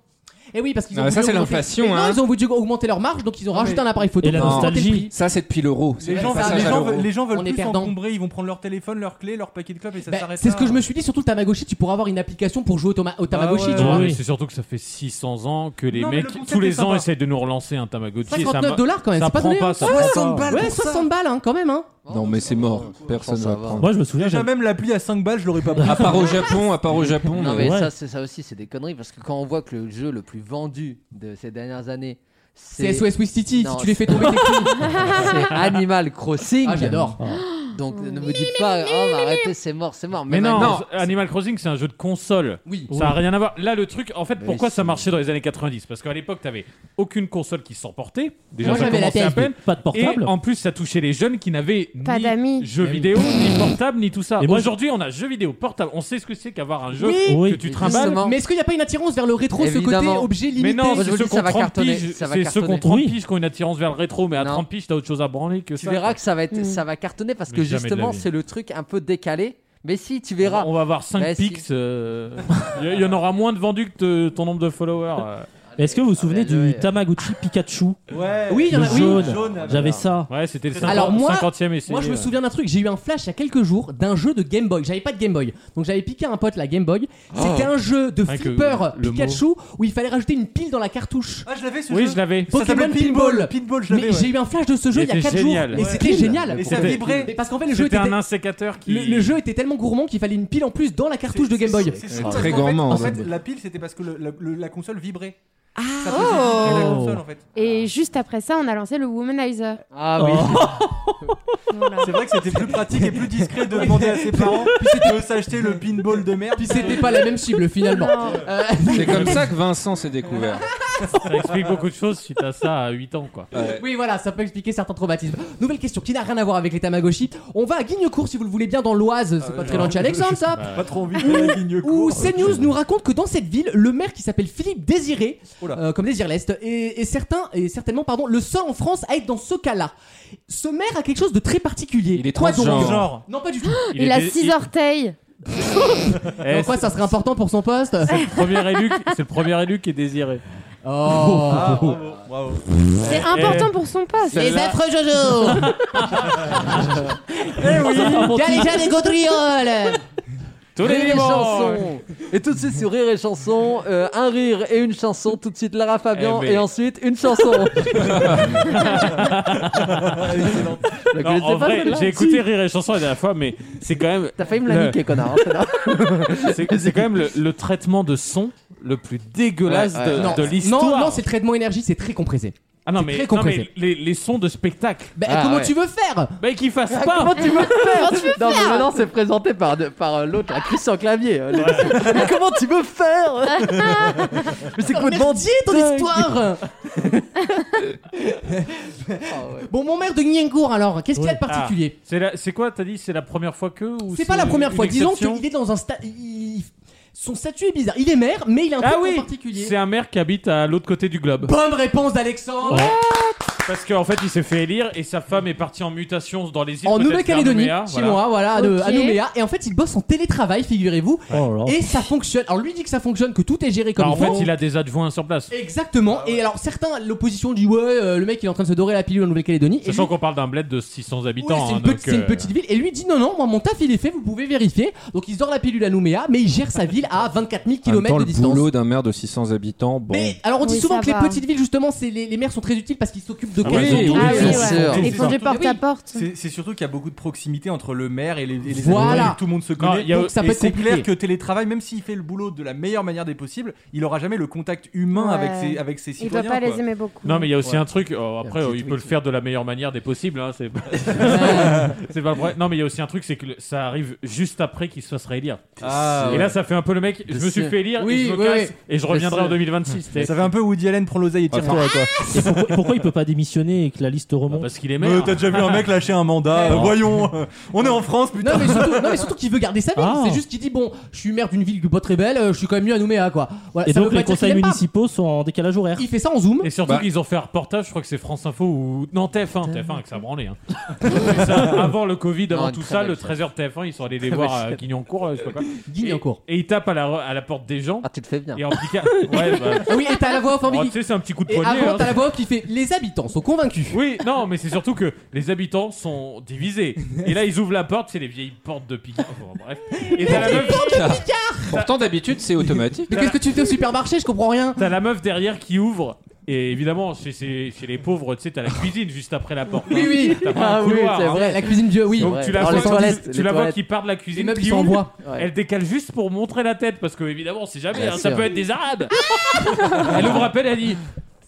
Et oui, parce qu'ils ont Ah, ça, voulu c'est augmenter- l'inflation, Mais non, hein. ils ont voulu augmenter leur marge, donc ils ont rajouté un appareil photo. Et la pour augmenter le nostalgie. prix. Ça c'est depuis l'euro. les C'est gens, le passage les, à gens, l'euro. veulent- les gens veulent On est plus perdants. s'encombrer, ils vont prendre leur téléphone, leur clé, leur paquet de clopes et ça Bah, s'arrête c'est ce là. que je me suis dit, surtout le Tamagotchi, tu pourras avoir une application pour jouer au, Tama- au Tamagotchi, ouais. tu vois. Non, oui. mais c'est surtout que ça fait 600 ans que les Non, mais le mecs, concept tous est les ans, sympa. essaient de nous relancer un Tamagotchi. et ça 59 ma- dollars quand même, ça c'est pas prend donné. pas, hein. ça prend pas. 60 balles Ouais, pour ça. 60 balles hein, quand même. Hein. Non mais c'est mort, personne Ça va va. prendre. Moi, je me souviens. Déjà, j'avais- même l'appli à 5 balles, je l'aurais pas pris. À part au Japon, à part au Japon. Non euh, mais Ouais. ça, c'est ça aussi, c'est des conneries parce que quand on voit que le jeu le plus vendu de ces dernières années, C'est c'est SOS Wiz Titi, si Non, tu les fais tomber tes couilles. c'est Animal Crossing. Ah, j'adore. Donc ne me dites pas, oh, mais arrêtez, c'est mort, c'est mort. Mais Même non, Animal- Animal Crossing, c'est un jeu de console. Oui. Ça n'a rien à voir. Là, le truc, en fait, Mais pourquoi si. ça marchait dans les années 90 Parce qu'à l'époque, t'avais aucune console qui s'en portait. Déjà, Moi, ça j'avais la commençait à PSP. peine. Pas de Et portable. en plus, ça touchait les jeunes qui n'avaient Pas ni d'amis. jeux vidéo, ni portable, ni tout ça. Et Et moi, aujourd'hui, on a jeux vidéo, portable. On sait ce que c'est qu'avoir un jeu Oui. Oui. que tu Mais trimbales. justement. Mais est-ce qu'il n'y a pas une attirance vers le rétro, ce côté Évidemment. objet limité Mais non, Moi, je c'est vous ceux dis, qui ça ont va 30 cartonner, piges. ça va C'est ceux qui ont cartonner. 30 Oui. piges qui ont une attirance vers le rétro, mais à Non. 30 piges, t'as autre chose à branler que tu ça. verras que ça va être, Mm. ça va cartonner parce Mais que jamais de la justement vie. c'est le truc un peu décalé. Mais si, tu On verras. va- on va avoir 5 Bah, si. pics. euh, Il y, il y en aura moins de vendus que te- ton nombre de followers. euh. Est-ce que vous vous souvenez Ah, mais du ouais. Tamagotchi Pikachu Ouais. Oui, il y en a. Le oui. jaune. Jaune, ah, J'avais ça. Ouais, c'était le 50, Alors, moi- 50e essai. euh. Moi, je me ouais. souviens d'un truc. J'ai eu un flash il y a quelques jours d'un jeu de Game Boy. J'avais pas de Game Boy, donc j'avais piqué à un pote la Game Boy. Oh. C'était un jeu de Rien Ah, que flipper le mot. Pikachu où il fallait rajouter une pile dans la cartouche. Ah, je l'avais ce Oui, jeu. je l'avais. Ça s'appelait Pokémon Pinball. Pinball. Pinball, je l'avais. Mais ouais. j'ai eu un flash de ce jeu il y a était 4 génial. jours. Mais Ouais. c'était génial. Et ça C'était- vibrait. Parce qu'en fait, le jeu C'était était. un insécateur qui. Le, le jeu était tellement gourmand qu'il fallait une pile en plus dans la cartouche de Game Boy. C'est- c'est- c'est- Très en fait- gourmand, En ça. fait, la pile, c'était parce que le- la- le- la console vibrait. Ah, Ça faisait vibrer la Oh. console, en fait. Et juste après ça, on a lancé le Womanizer. Ah oui. Voilà. C'est vrai que c'était plus pratique et plus discret de demander à ses parents de s'acheter le pinball de merde. Puis c'était pas la même cible finalement. Euh, C'est comme ça que Vincent s'est découvert. Ça explique beaucoup de choses suite à ça à 8 ans, quoi. Ouais. Oui, voilà, ça peut expliquer certains traumatismes. Nouvelle question qui n'a rien à voir avec les Tamagotchi. On va à Guignecourt si vous le voulez bien dans l'Oise, c'est pas très loin de chez Alexandre ça. Pas trop envie de faire la ligne Où courte. CNews nous raconte que dans cette ville, le maire qui s'appelle Philippe Désiré, Oh là. euh, comme Désir l'Est, est, est certain, et certainement pardon, le seul en France à être dans ce cas-là. Ce maire a quelque chose de très particulier. Il est Quoi donc transgenre. Genre. Non, pas du tout. Il, a était- 6 orteils. il- En Eh, quoi ça serait important pour son poste c'est le premier élu, c'est le premier élu qui est désiré. Oh Ah, bravo, bravo. C'est Eh. important pour son poste. Les Mais affreux Jojo Eh Bien les jeunes des gaudrioles Tous les Rire et dimanches. chansons. Et tout de suite sur Rire et chansons, euh, un rire et une chanson, tout de suite Lara Fabian Eh ben. et ensuite une chanson. Je la Non, connaissais en pas, vrai, celle-là. j'ai écouté Rire et Chanson la dernière fois, mais c'est quand même, T'as failli me la Le- niquer, connard. hein, celle-là. c'est c'est quand même le, le traitement de son le plus dégueulasse Ouais, ouais. de, Non, de non, l'histoire. non, c'est le traitement énergie, c'est très compressé. Ah non, C'est mais, très non, mais compressé. les, les sons de spectacle. Bah, Ah, comment ouais. tu veux faire Bah, qu'ils fassent Ah, pas. Comment tu veux Comment faire tu veux Non, mais faire maintenant c'est présenté par, de- par euh, l'autre, là, Christian Clavier. euh, le- Mais comment tu veux faire Ah Mais c'est complètement Mendier ton dingue. histoire Ah, ouais. Bon, mon maire de Niengour, alors, qu'est-ce qu'il a de Ah. particulier C'est la- c'est quoi, t'as dit C'est la première fois que Ah. ou C'est pas la première une fois. Disons exception qu'il est dans un sta- il- il- Son statut est bizarre. Il est maire, mais il a un Ah truc en oui, particulier. c'est un maire qui habite à l'autre côté du globe. Bonne réponse d'Alexandre. Parce qu'en fait, il s'est fait élire et sa femme est partie en mutation dans les îles en peut-être Nouvelle-Calédonie, vers Nouméa, chez voilà. moi, voilà, à Ok. de- à Nouméa. Et en fait, il bosse en télétravail, figurez-vous. Oh là là. Et ça fonctionne. Alors, lui dit que ça fonctionne, que tout est géré comme Alors, Bah, en il faut. fait, il a Ah des adjoints sur place. Exactement. Et alors, certains, l'opposition dit ouais, euh, le mec il est en train de se dorer la pilule en Nouvelle-Calédonie. Et Sachant lui- qu'on parle d'un bled de 600 Ouais, habitants. c'est une, hein, petite- donc, c'est une euh, petite ville. Et lui dit non, non, moi mon taf il est fait, vous pouvez vérifier. Donc il sort la pilule à Nouméa, mais il gère sa ville à 24 000 En même km temps, de le distance. boulot d'un maire de 600 habitants, bon. Mais alors on dit Oui, souvent ça que les va. petites villes justement, c'est les, les maires sont très utiles parce qu'ils s'occupent de Ah quelque ouais, chose. ils ont Ah oui, Bien sûr. ouais. Ils font Oui. du porte-à-porte. C'est c'est surtout qu'il y a beaucoup de proximité entre le maire et les, et les Voilà. habitants, et Tout le monde se Non, connaît. il y a- Donc, ça peut et être c'est compliqué. clair que télétravail, même s'il fait le boulot de la meilleure manière des possibles, il aura jamais le contact humain Ouais. avec ses avec ses Il va citoyens. pas quoi. les aimer beaucoup. Non, mais il y a aussi Ouais. un truc. oh, après, Un euh, petit il peut tweet. le faire de la meilleure manière des possibles. hein, c'est pas... c'est pas vrai. Non, mais il y a aussi un truc, c'est que le- ça arrive juste après qu'il se fasse réélire. Ah, Et ouais. là, ça fait un peu le mec. Je, Je me suis sais. fait élire, Oui, et je me oui, casse, oui. et je reviendrai sais. en 2026. t'es- Ça fait un peu Woody Allen prends l'oseille et tire-toi. quoi. Et pourquoi, pourquoi il peut pas démissionner et que la liste Bah, remonte Parce qu'il est Euh, maire. T'as déjà vu un mec lâcher un mandat euh, Voyons, on est en France, putain. Non mais surtout, non, mais surtout qu'il veut garder sa ville. Ah. C'est juste qu'il dit bon, je suis maire d'une ville que pas très belle, euh, je suis quand même mieux à Nouméa quoi. Voilà, Et bah, ça donc veut pas les dire qu'il conseils aime pas. municipaux sont en décalage horaire. Il fait ça en zoom. Et surtout Bah. qu'ils ont fait un reportage, je crois que c'est France Info ou. Non, TF1. TF1 que ça branlait. Hein. Ça, avant le Covid, avant Non, tout très ça, belle le chaîne. 13h TF1, ils sont allés les voir à Guignancourt, euh, je sais pas quoi. Guignancourt. Et, et ils tapent à la, re- à la porte des gens. Ah, tu le fais bien. Et en piquant. Ouais, bah. Ah Oui, et t'as la voix off en oh, Vicky. tu sais, c'est un petit coup de Et poignet. avant, hein. t'as la voix off qui fait Les habitants sont convaincus. Oui, non, mais c'est surtout que les habitants sont divisés. Et là, ils ouvrent la porte, c'est les vieilles portes de Picard. Bon, bref. Et t'as la, meuf, Pourtant, d'habitude, c'est automatique. Mais qu'est-ce que tu fais au supermarché Je comprends rien. t'as la meuf derrière qui ouvre. Et évidemment, chez, chez- chez les pauvres, tu sais, t'as la cuisine juste après la porte. Oui, oui. T'as pas Ah un oui, couloir, c'est hein. vrai. La cuisine Dieu, oui. Donc Ouais. tu la Alors, vois, les toilettes, tu, les la vois toilettes. qui part de la cuisine, Les meubles qui ils sont en ouvre. bois. Ouais. Elle décale juste pour montrer la tête, parce que évidemment, on sait jamais, Bien hein, ça sûr. peut être des Arabes. elle ouvre appel, elle dit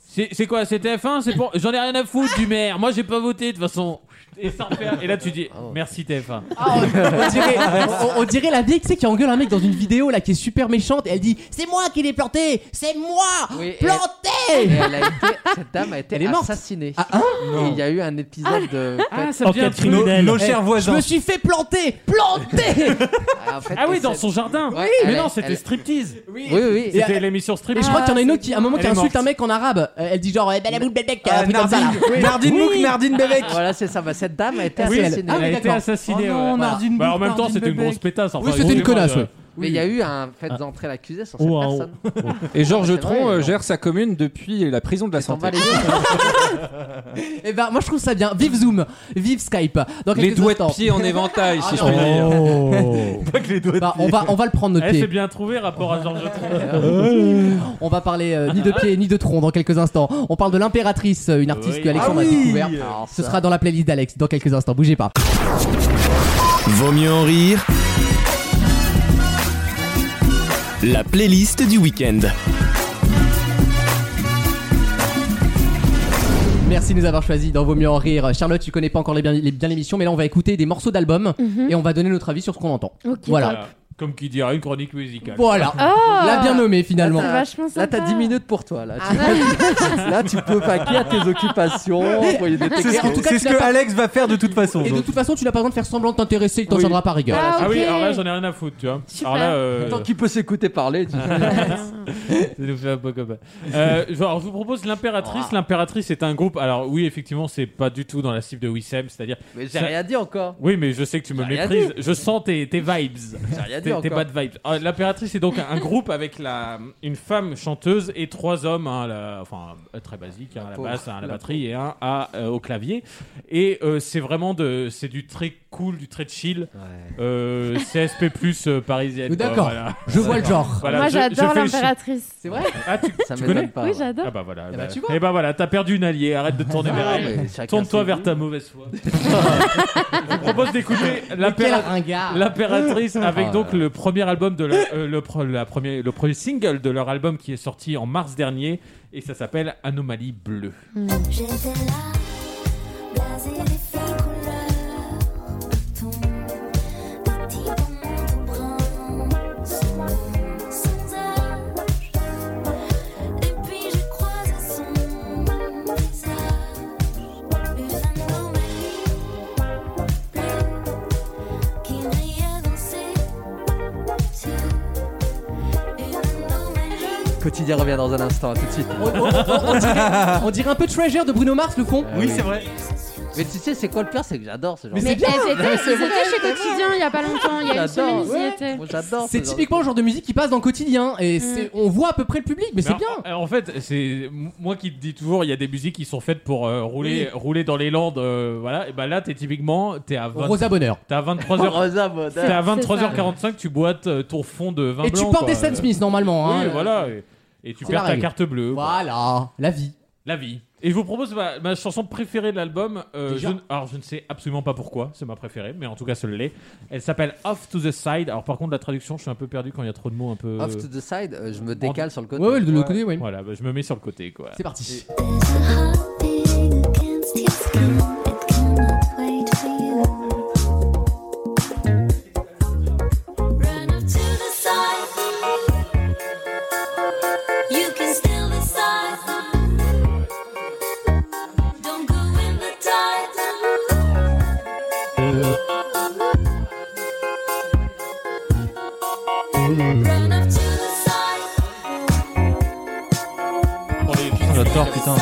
C'est c'est quoi, c'est TF1 C'est pour... J'en ai rien à foutre du maire, moi j'ai pas voté de toute façon. Et, ça repère. Et là, tu dis Merci TF1. Ah, on, on dirait, on- on dirait la vieille tu sais, qui engueule un mec dans une vidéo là qui est super méchante et elle dit C'est moi qui l'ai planté C'est moi Oui, et- et Planté elle a été- cette dame a été Elle est morte. assassinée. Ah, hein Et il y a eu un épisode de. ça Enquête Nos, criminelle. nos chers Eh, Je voisins. me suis fait planter Planté Ah, en fait, Ah oui, elle dans s'est- son jardin. Ouais, mais elle- non, c'était elle- striptease. Oui, oui, oui. Et- C'était l'émission Et je striptease. crois qu'il y en a une autre qui, à un moment, qui Elle est insulte morte. un mec en arabe. Euh, Elle dit genre, eh, belaboul belbek, un Euh, truc comme ça là. Nardine, Nardine Mouk, Nardine Bebek. Voilà, c'est ça. Bah, cette dame a été Oui, elle- assassinée. ah Elle a oui, été d'accord. assassinée. Oh non, ouais. on a dit une Bah, en boucle, même temps, on a dit c'était une une grosse pétasse. enfin, Oui, c'était une excusez-moi, connasse, je- euh, ouais. Mais il y a eu un fait d'entrer l'accusé sur cette Ou un- personne. Et Georges C'est vrai, Tron euh, non. gère sa commune depuis la prison de la T'en santé. vas les deux. Et ben, moi je trouve ça bien. Vive Zoom, vive Skype. Dans Les quelques doigts de instants. pied en éventail, si je puis dire. Oh. Pas que les doigts de Bah, on pied. va, on va le prendre notre Eh, c'est pied. euh, bien trouvé, rapport à Georges Tron. On va parler euh, ni de pied ni de tronc dans quelques instants. On parle de l'impératrice, euh, une artiste Oui. que Alexandre Ah a oui. découvert. Alors, Ce ça- sera dans la playlist d'Alex dans quelques instants. Bougez pas. Vaut mieux en rire. La playlist du week-end. Merci de nous avoir choisi dans Vaut mieux en rire. Charlotte, tu connais pas encore les bien les bien l'émission, mais là on va écouter des morceaux d'albums et on va donner notre avis sur ce qu'on entend. Ok. Voilà. Voilà. Comme qui dirait une chronique musicale. Voilà. Oh La bien nommée finalement. C'est vachement sympa. Là, t'as 10 minutes pour toi. Là, tu, là, tu peux paquer à tes occupations, envoyer des C'est ce textos. En tout cas, que, tu c'est ce l'as que pas- Alex va faire de toute façon. Et de donc. toute façon, tu n'as pas besoin de faire semblant de t'intéresser, il t'en Oui. tiendra par rigueur. Ah, Ah ok. oui, alors là, j'en ai rien à foutre, tu vois. Super. Alors là, euh, Tant qu'il peut s'écouter parler, tu- Ça nous fait un peu comme- Euh, je- alors, je vous propose l'impératrice. L'impératrice est un groupe. Alors oui, effectivement, c'est pas du tout dans la cible de Wissem, c'est-à-dire. Mais j'ai rien dit encore. Oui, mais je sais que tu me J'ai rien méprises. Je sens tes, tes vibes. J'ai rien dit T'es t'es encore. bad vibes. Ah, L'impératrice est donc un un groupe avec la, une femme chanteuse et trois hommes, un à la- enfin euh, très basique, un à la pauvre, basse, un à la la batterie et un à, euh, au clavier. Et euh, c'est vraiment de, c'est du très cool, du très chill, euh, CSP plus euh, parisienne. Mais quoi, d'accord. voilà. Je vois le genre. Voilà, Moi, je- je j'adore fais le l'impératrice. C'est vrai chi- Ah, tu, Ça tu m'étonne connais pas. Oui, ouais. j'adore. Ah bah voilà. bah, tu vois. Et bah voilà, t'as perdu une alliée, arrête de te tourner vers Ah, elle. mais chacun Tourne-toi ses vers goûts. ta mauvaise foi. Je vous propose d'écouter Quel l'impératrice. ringard L'impératrice avec Ah, donc ouais. le premier album de la- euh, le, pre- la premier, le premier single de leur album qui est sorti en mars dernier et ça s'appelle Anomalie bleue. J'étais là, blasé des feux couleur béton, des petits bandeaux bruns, sans, sans âge. Et puis j'ai croisé son visage, une anomalie bleue qui brillait dans ses yeux, une anomalie. Quotidien revient dans un instant, à tout de suite. on, on- on- on dirait, on dirait un peu Treasure de Bruno Mars, le fond. Oui, c'est vrai. Ah Mais tu sais, c'est quoi le pire C'est que j'adore ce genre Mais de elles étaient, ils étaient chez Quotidien il y a pas longtemps, il y a une J'adore. semaine ils y étaient. Moi, j'adore. C'est ce genre typiquement le genre de musique qui passe dans le quotidien et Mm. c'est- on voit à peu près le public, mais c'est Mais en- bien. En, fait, c'est moi qui te dis toujours, il y a des musiques qui sont faites pour euh, rouler, rouler dans les Landes, euh, voilà. Et bah là, t'es typiquement, t'es à 20 Rosa Bonheur. t'es à 23h, Rosa Bonheur. t'es à C'est 23h45, tu boites euh, ton fond de vin Et tu blanc, portes quoi. des Stan Smith normalement. hein. Oui, voilà. Et, et tu C'est perds la ta règle. carte bleue. quoi. Voilà, la vie. La vie. Et je vous propose ma, ma chanson préférée de l'album. euh, Déjà je ne- alors, je ne sais absolument pas pourquoi, c'est ma préférée, mais en tout cas, ce l'est. Elle s'appelle Off to the Side. Alors, par contre, la traduction, je suis un peu perdu quand il y a trop de mots un peu. Off to the side, euh, je me décale sur le côté. Ouais, ouais, de l'autre côté, ouais. Voilà, bah, je me mets sur le côté, quoi. C'est parti. There's a heart beating against your skin. It cannot wait for you. Run up to the side. You can still decide. Don't go in the tide. Run up to the side. J'adore, putain. Side.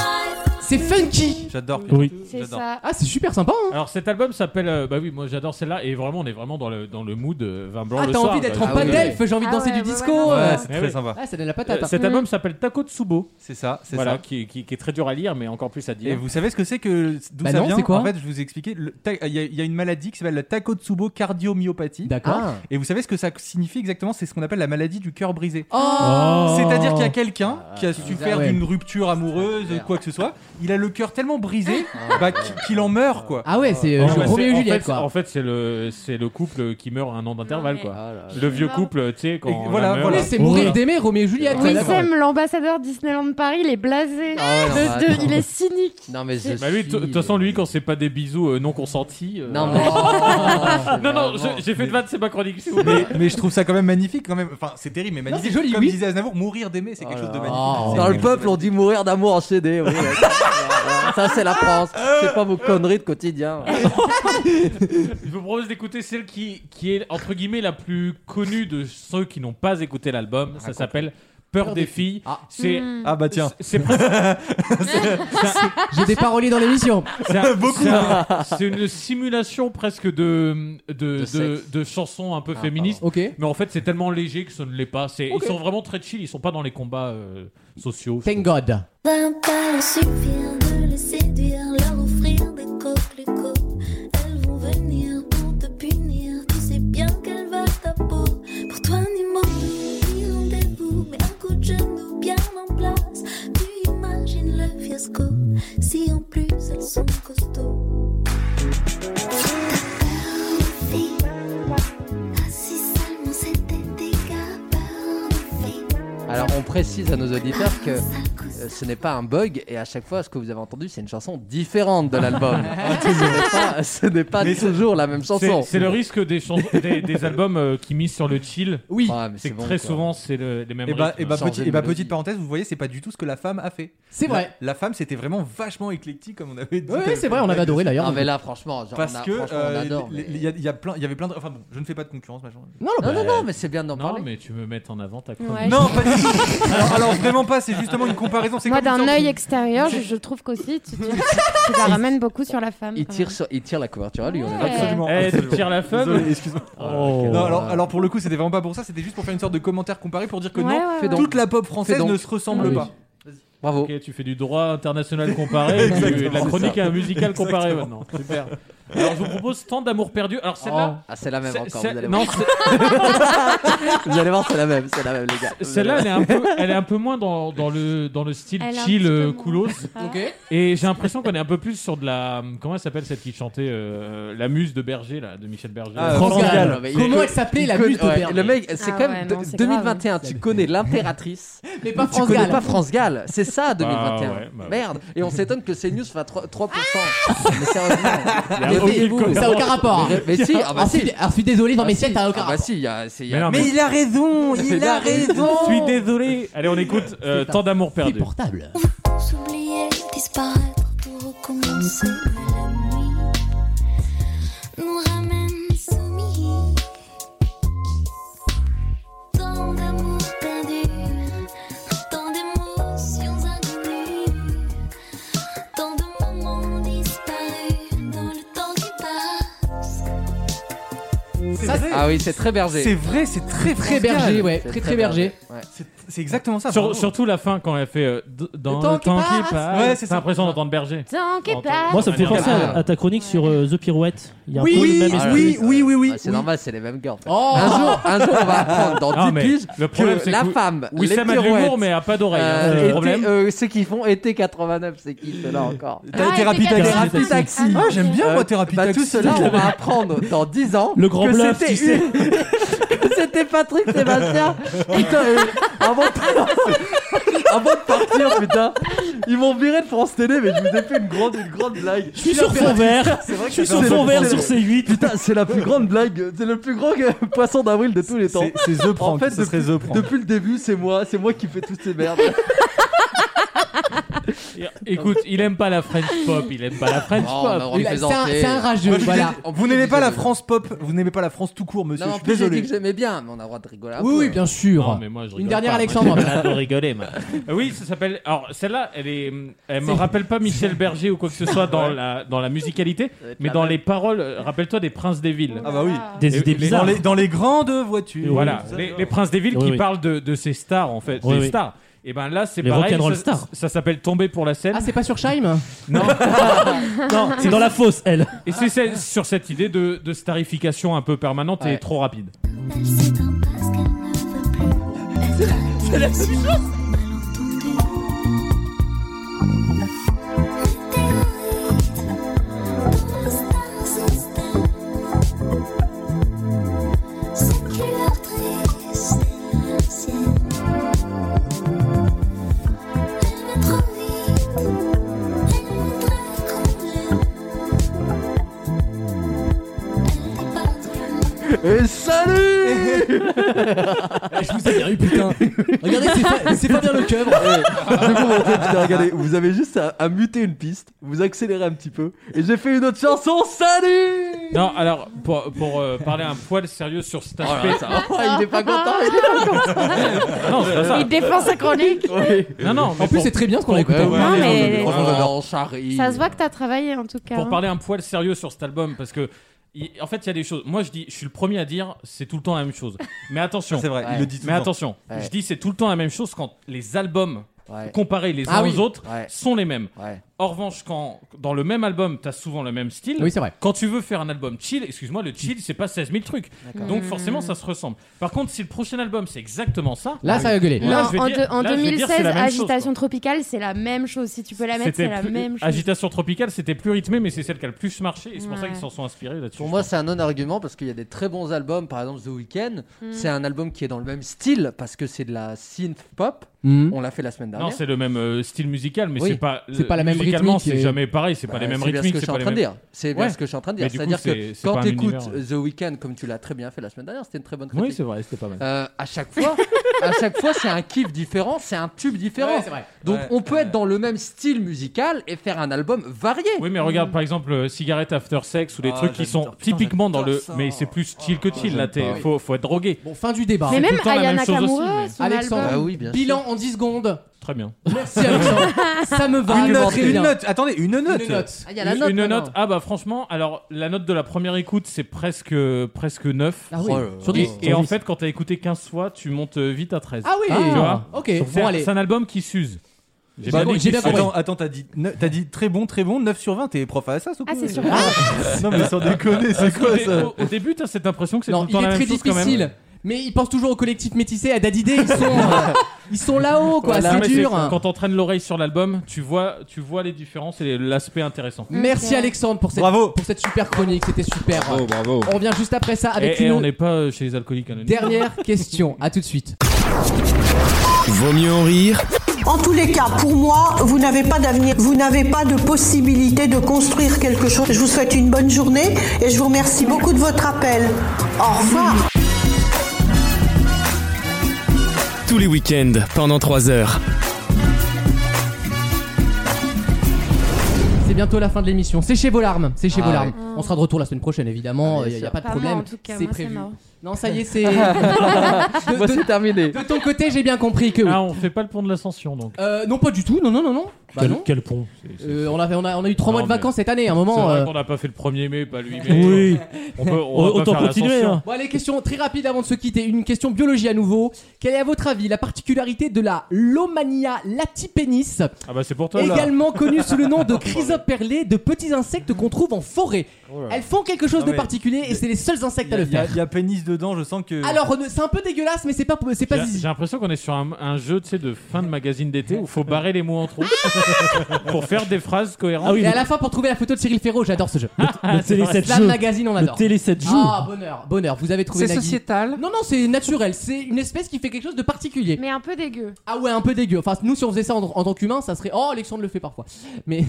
C'est funky. J'adore. putain. Oui. C'est J'adore. ça. Ah, c'est super sympa. hein. Alors, cet album s'appelle. euh, bah oui, moi j'adore celle-là, et vraiment, on est vraiment dans le, dans le mood euh, vin blanc. Ah, le t'as soir, envie d'être quoi. en Ah pan oui. d'elfe, j'ai envie de Ah danser ouais, du ouais, disco. ouais. euh. Ouais, Eh c'est très Ouais. sympa. Ah, ça donne la Euh, patate. hein. cet album s'appelle Taco Tsubo, C'est ça, c'est voilà, ça. qui, qui- qui est très dur à lire, mais encore plus à Et dire. vous savez ce que c'est que d'où Bah ça non, vient c'est quoi En fait, je vous ai expliqué. le ta- Il y, a- il y a une maladie qui s'appelle la Takotsubo cardiomyopathie. D'accord. Ah, Et vous savez ce que ça signifie exactement C'est ce qu'on appelle la maladie du cœur brisé. Oh. C'est-à-dire qu'il y a quelqu'un qui a Ah souffert ouais. d'une rupture amoureuse, Merde. quoi que ce soit. Il a le cœur tellement brisé bah, qu'il qu'il en meurt, quoi. Ah ouais, c'est euh, Ouais, je- bah, Roméo c'est- et en Juliette fait, quoi. En fait, c'est le, c'est le couple qui meurt à un an d'intervalle, mais- quoi. Ah là là. Le vieux Non. couple, tu sais, quand. Et on voilà, la meurt, voilà. là. Oui, c'est mourir Ouais. d'aimer Roméo et Ah, Juliette. Oui, ouais, d'accord. Wissem, l'ambassadeur de Disneyland de Paris, il est blasé. Ah ouais, non, De- bah, de- attends. il est cynique. Non, mais je Bah oui, suis- de toute façon, lui, quand c'est pas des bisous euh, non consentis. euh, Non, mais. Non, non, je- j'ai fait de vanne, c'est ma chronique. si vous voulez. Mais, mais je trouve ça quand même magnifique, quand même. Enfin, c'est terrible, mais Non, magnifique. c'est joli, Comme oui. disait Aznavour, mourir d'aimer, c'est quelque chose de magnifique. Oh. Ah. Dans le peuple, on dit mourir d'amour en CD. oui. ça, c'est la France. C'est pas vos conneries de quotidien. Je vous propose d'écouter celle qui, qui est entre guillemets la plus connue de ceux qui n'ont pas écouté l'album. Ça s'appelle Peur des filles. Ah. C'est Mm. Ah bah tiens. c'est presque- J'ai des paroliers dans l'émission. c'est un- c'est un- c'est une simulation presque de de, de, sexe. de chansons un peu féministes. Ok. Mais en fait, c'est tellement léger que ça ne l'est pas. C'est Ok. Ils sont vraiment très chill. Ils sont pas dans les combats euh, sociaux. Thank God. Vingt balles suffirent de les séduire, leur offrir des coquelicots. Elles vont venir pour te punir, tu sais bien qu'elles veulent ta peau. Pour toi, ni mot, ni rendez-vous, mais un coup de genou bien en place. Tu imagines le fiasco, si en plus elles sont costauds. T'as peur des filles Ah, si seulement c'était des gars, peur des filles. Alors, on précise à nos auditeurs que Un sale euh, costaud. ce n'est pas un bug et à chaque fois, ce que vous avez entendu, c'est une chanson différente de l'album. ce n'est pas, ce n'est pas Mais c'est- toujours la même C'est chanson. c'est le risque des, chans- des, des albums euh, qui misent sur le chill. Oui. Ouais, mais C'est que bon, très quoi. souvent, c'est le- les mêmes Eh Et bah, rythmes. et bah, Changer petit- de et bah, mélodie. petite parenthèse, vous voyez, c'est pas du tout ce que la femme a fait. C'est La- vrai. La, femme, c'était vraiment vachement éclectique, comme on avait dit. Ouais, ouais, c'est vrai, on avait adoré d'ailleurs. Non, mais là, franchement, genre, Parce on a- que franchement, euh, on adore. les- mais- les- il y a- il y a plein- il y avait plein de. Enfin bon, je ne fais pas de concurrence, machin. Non, non, Non, non, non, mais c'est bien d'en Non, parler. mais tu me mets en avant ta chronique. Ouais. Non, pas du tout. alors, alors vraiment pas, c'est justement une comparaison. c'est Moi, comme une d'un sorte œil de- extérieur, je, je trouve qu'aussi, tu, tu, tu la ramènes beaucoup sur la femme. Il quand tire, même. sur- il tire la couverture à lui, on est Ouais. d'accord. Absolument. Eh, tu absolument. tires la femme Ah, Désolé, excuse-moi. Oh. Non, alors, alors pour le coup, c'était vraiment pas pour ça, c'était juste pour faire une sorte de commentaire comparé pour dire que Ouais, non, ouais, fais ouais. donc. toute la pop Fais française donc. ne se ressemble Oui. pas. Bravo. Ok, tu fais du droit international comparé, et du- et de la Exactement, chronique à un musical comparé Exactement. maintenant. Super. Alors, je vous propose tant d'amour perdu. Alors, celle-là. Ah, c'est la même c'est- encore, vous c'est- allez non, voir. c'est- Vous allez voir, c'est la même, c'est la même, les gars. Vous celle-là, allez elle est un peu, elle est un peu moins dans, dans le dans le style Elle est un chill petit peu euh, moins. coolos. Ah. Ok. Et j'ai l'impression qu'on est un peu plus sur de la comment elle s'appelle celle qui chantait euh, la muse de Berger là, de Michel Berger. Ah, Franck Franck Gall. Gall, mais il- Comment elle s'appelait la voir. muse de Ouais, Berlin Le mec, c'est Ah quand ouais, même de- non, c'est 2021, tu connais l'impératrice. Mais pas Tu France connais pas Gall. France Gall, c'est ça 2021. ouais, bah ouais. Merde, et on s'étonne que CNews fasse 3%. Ah 3%. mais sérieusement, y a mais aucune vous- cohérence. Ça n'a aucun rapport. mais- mais si, ah bah si. Ensuite, ensuite, désolé, non, mais Ah si, si, t'as aucun Ah bah rapport. si, il y a- c'est- il y Mais a- non, Mais il a raison, il Il a a raison. Je suis désolé. Allez, on écoute euh, C'est un- tant d'amour C'est perdu. portable. S'oublier, disparaître, tout recommencer. La nuit nous ramène soumis. Tant d'amour perdu, tant d'émotions inconnues, tant de moments disparus dans le temps qui passe. C'est Ça, vrai. Ah oui, c'est très berger. C'est vrai, c'est très Très France berger, Gall. ouais. C'est Très, très berger. Ouais. C'est c'est exactement ça. Sur- Ah, bravo. surtout la fin quand elle fait euh, d- dans Le temps qui passe. Ouais, c'est c'est ça. l'impression d'entendre Berger. Tant qu'il Moi, passe. Moi, ça me fait Ah, penser à, ah. à ta chronique sur euh, The Pirouette. Il y a un Oui, peu le oui, même Ah là là, esprit. oui, oui, oui, oui, Ah, C'est oui. normal, c'est les mêmes gars. en fait. Oh Un jour, un jour, on va apprendre dans Non, 10 mais piges le problème, Oh, que c'est la que femme, Oui, les ça a de pirouettes, l'humour, mais elle a pas d'oreille. hein, euh, c'est été- le problème. euh, ceux qui font été 89, c'est qui ceux-là encore T'as Ah, thérapie et c'est taxi. quatre- Thérapie taxi. Ah, Ah, j'aime bien, Euh, moi, thérapie bah, taxi. tout cela, on va apprendre dans 10 ans Le grand que bluff, c'était tu sais. une- que c'était Patrick Sébastien. Putain, euh, avant, de... avant de partir, putain, ils m'ont viré de France Télé, mais je vous ai fait une grande, une grande blague. Je suis sur fond vert. Je suis sur c'est fond le- vert c'est sur le- C8. Putain, c'est la plus grande blague, c'est le plus grand euh, poisson d'avril de tous les temps. C'est c'est The Prank. En fait, ce serait The Prank. Depuis le début, c'est moi, c'est moi qui fais toutes ces merdes. Écoute, il aime pas la French pop, il aime pas la French pop. Il a- C'est un, c'est un rageux, Moi, je voilà. suis dés- Vous n'aimez pas la France pop, vous n'aimez pas la France tout court, monsieur. Non, je en suis plus, j'ai dit désolé. que j'aimais bien, mais on a le droit de rigoler un Ah Oui, peu. hein. oui, bien sûr. Non, mais moi, je Une rigole dernière, pas, moi, Alexandre. de rigoler, Euh, Oui, ça s'appelle. Alors, celle-là, elle est. Elle me rappelle pas Michel Berger ou quoi que ce soit dans la dans la musicalité, Ça va être mais la dans même. les paroles. euh, Rappelle-toi des Princes des villes. Ah bah oui. Des Et- idées et- Dans bizarres. les, dans les grandes voitures. Voilà, les, les Princes des villes Oui, qui oui. parlent de, de ces stars en fait, Oui, des oui. stars. Et ben là, c'est Les pareil. rock'n'roll ça- stars. Ça s'appelle tomber pour la scène. Ah, c'est pas sur Shime non. Non, c'est dans la fosse, elle. Et c'est celle- sur cette idée de, de starification un peu permanente et Ouais. trop rapide. Elle s'éteint parce qu'elle ne veut plus. C'est la seule chose. Cette couleur triste est la sienne. Elle va trop vite. Elle voudrait qu'on l'aime. Elle n'est pas trop loin. Et salut Ah, Je vous ai bien eu, putain. Regardez, c'est pas- c'est pas bien le cœur. J'ai commenté, putain, regardez, vous avez juste à, à muter une piste, vous accélérez un petit peu, et j'ai fait une autre chanson, salut Non, alors pour, pour, euh, parler un poil sérieux sur cet Oh là aspect. là, ça- oh, il est pas content, il est pas content non, c'est pas ça. Il défend sa chronique. Oui. Non, non. mais En plus, pour- c'est très bien ce qu'on hein. a écouté. Non, mais- Franchement, j'adore, on charrie. Ça se voit que t'as travaillé en tout cas. pour hein. parler un poil sérieux sur cet album parce que il- en fait il y a des choses moi je dis je suis le premier à dire c'est tout le temps la même chose mais attention C'est vrai, Ouais. il le dit tout mais le temps. attention Ouais. je dis c'est tout le temps la même chose quand les albums Ouais, comparés les uns Ah oui. aux autres Ouais. sont les mêmes ouais. en revanche quand dans le même album t'as souvent le même style Oui, c'est vrai. quand tu veux faire un album chill, excuse-moi, le chill, c'est pas 16 000 trucs. Donc forcément, ça se ressemble. Par contre, si le prochain album, c'est exactement ça, Là, ça va gueuler. Là, Non, je vais en, dire- de- en là, je vais dire, 2016, c'est la même chose, Agitation Tropicale, c'est la même chose. Si tu peux la mettre, c'était c'est la plus- même chose. Agitation Tropicale, c'était plus rythmé, mais c'est celle qui a le plus marché, et c'est pour ça Ouais. qu'ils s'en sont inspirés là-dessus. Pour je moi, pense. c'est un non-argument parce qu'il y a des très bons albums, par exemple The Weeknd. C'est un album qui est dans le même style parce que c'est de la synth pop. Hmm. On l'a fait la semaine dernière. Non, c'est le même euh, style musical, mais Oui. c'est pas. C'est pas la même musicalement, rythmique c'est et- jamais pareil, c'est pas les mêmes Bah, c'est bien rythmiques, ce c'est que je suis pas en les train de mêmes. dire. C'est bien Ouais. ce que je suis en train de Mais dire. du coup, C'est-à-dire c'est- que c'est quand pas un tu écoutes univers. The Weeknd, comme tu l'as très bien fait la semaine dernière, c'était une très bonne Oui, critique. c'est vrai, c'était pas mal. Euh, à chaque fois, à chaque fois, c'est un kiff différent, c'est un tube différent. Ouais, c'est vrai. Donc, Ouais, on peut être dans le même style musical et faire un album varié. Oui, mais regarde par exemple euh, Cigarette After Sex ou des Ah, trucs qui j'adore, sont putain, typiquement dans j'adore le. ça. Ah, Mais c'est plus chill que chill, là, t'es- pas. faut, faut être drogué. Bon, fin du débat. mais tout même le temps la Aya même chose aussi, Nakamura, mais- son Alexandre, Bah album. oui, bien sûr. bilan en 10 secondes. Très bien. Merci, Alexandre. ça me va. Une Très note, bien. Une note, attendez, une note. Une note. Ah, il y a la Une- note. une maintenant. note. Ah bah franchement, alors la note de la première écoute, c'est presque presque 9. Ah oui. Oh là là. Sur Et, 10. et en fait, quand t'as écouté 15 fois, tu montes euh, vite à 13. Ah oui. Tu vois Ok. C'est Bon, un- allez. c'est un album qui s'use. J'ai Bah, pas bon, dit j'ai que bien tu- compris. Attends, attends, t'as dit, ne- t'as dit très bon, très bon, 9 sur 20, t'es prof à ça ou Ah, c'est sûr. Non, mais sans déconner, c'est quoi Au- ça au, au début, t'as cette impression que c'est Non, tout le il temps la est même très chose quand même. difficile. Mais ils pensent toujours au collectif métissé, à Dadidé, ils sont, euh, ils sont là-haut, quoi, Voilà. c'est Mais dur. hein. Quand t'entraînes l'oreille sur l'album, tu vois, tu vois les différences et l'aspect intéressant. Merci Ok. Alexandre pour cette, Bravo pour cette super chronique, c'était super. Bravo, bravo. On revient juste après ça avec et, et une on n'est pas euh, chez les alcooliques anonymes. dernière question. À tout de suite. Vaut mieux en rire En tous les cas, pour moi, vous n'avez pas d'avenir, vous n'avez pas de possibilité de construire quelque chose. Je vous souhaite une bonne journée et je vous remercie beaucoup de votre appel. Au revoir. tous les week-ends pendant 3 heures. C'est bientôt la fin de l'émission. C'est chez Volarme. C'est chez Ah, Volarme. ouais. On sera de retour la semaine prochaine, évidemment. Ah, Il bien n'y a, sûr. pas de Pas moi, problème. en tout cas, c'est moi, c'est prévu. mort. Non, ça y est, c'est. de, de- Voici Bah, terminé. de ton côté, j'ai bien compris que. oui. Ah, on fait pas le pont de l'ascension donc. Euh, non, pas du tout. Non, non, non, non. Bah quel, non. quel pont Euh, on, avait, on, a, on a eu trois Non, mois de mais- vacances cette année. À un C'est moment. vrai euh, qu'on n'a pas fait le 1er mai, pas lui. Mais Oui, on peut, on va pas autant faire continuer. l'ascension. hein. Bon, allez, question très rapide avant de se quitter. Une question biologie à nouveau. Quelle est, à votre avis, la particularité de la Lomania latipénis, Ah bah c'est pour toi là. également connue sous le Oh, nom de chrysoperlée, de petits insectes qu'on trouve en forêt Elles font quelque chose Oh Non, de mais- particulier et c'est les seuls insectes à le Il y, a- faire. il y a pénis dedans, je sens que. Alors, ne- c'est un peu dégueulasse, mais c'est pas, c'est pas J'ai zizi. j'ai l'impression qu'on est sur un, un jeu tu sais, de fin de magazine d'été où faut barrer les mots en trous pour faire des phrases cohérentes. Ah oui, Et le, à la fin, pour trouver la photo de Cyril Ferraud, j'adore ce jeu. le télé 7 Slam joue. Magazine, on Le adore. télé 7 joue. Ah, bonheur, bonheur, vous avez trouvé C'est Nagui. sociétal. Non, non, c'est naturel, c'est une espèce qui fait quelque chose de particulier. Mais un peu dégueu. Ah ouais, un peu dégueu. Enfin, nous, si on faisait ça en, en tant qu'humain, ça serait. Oh, Alexandre le fait parfois. Mais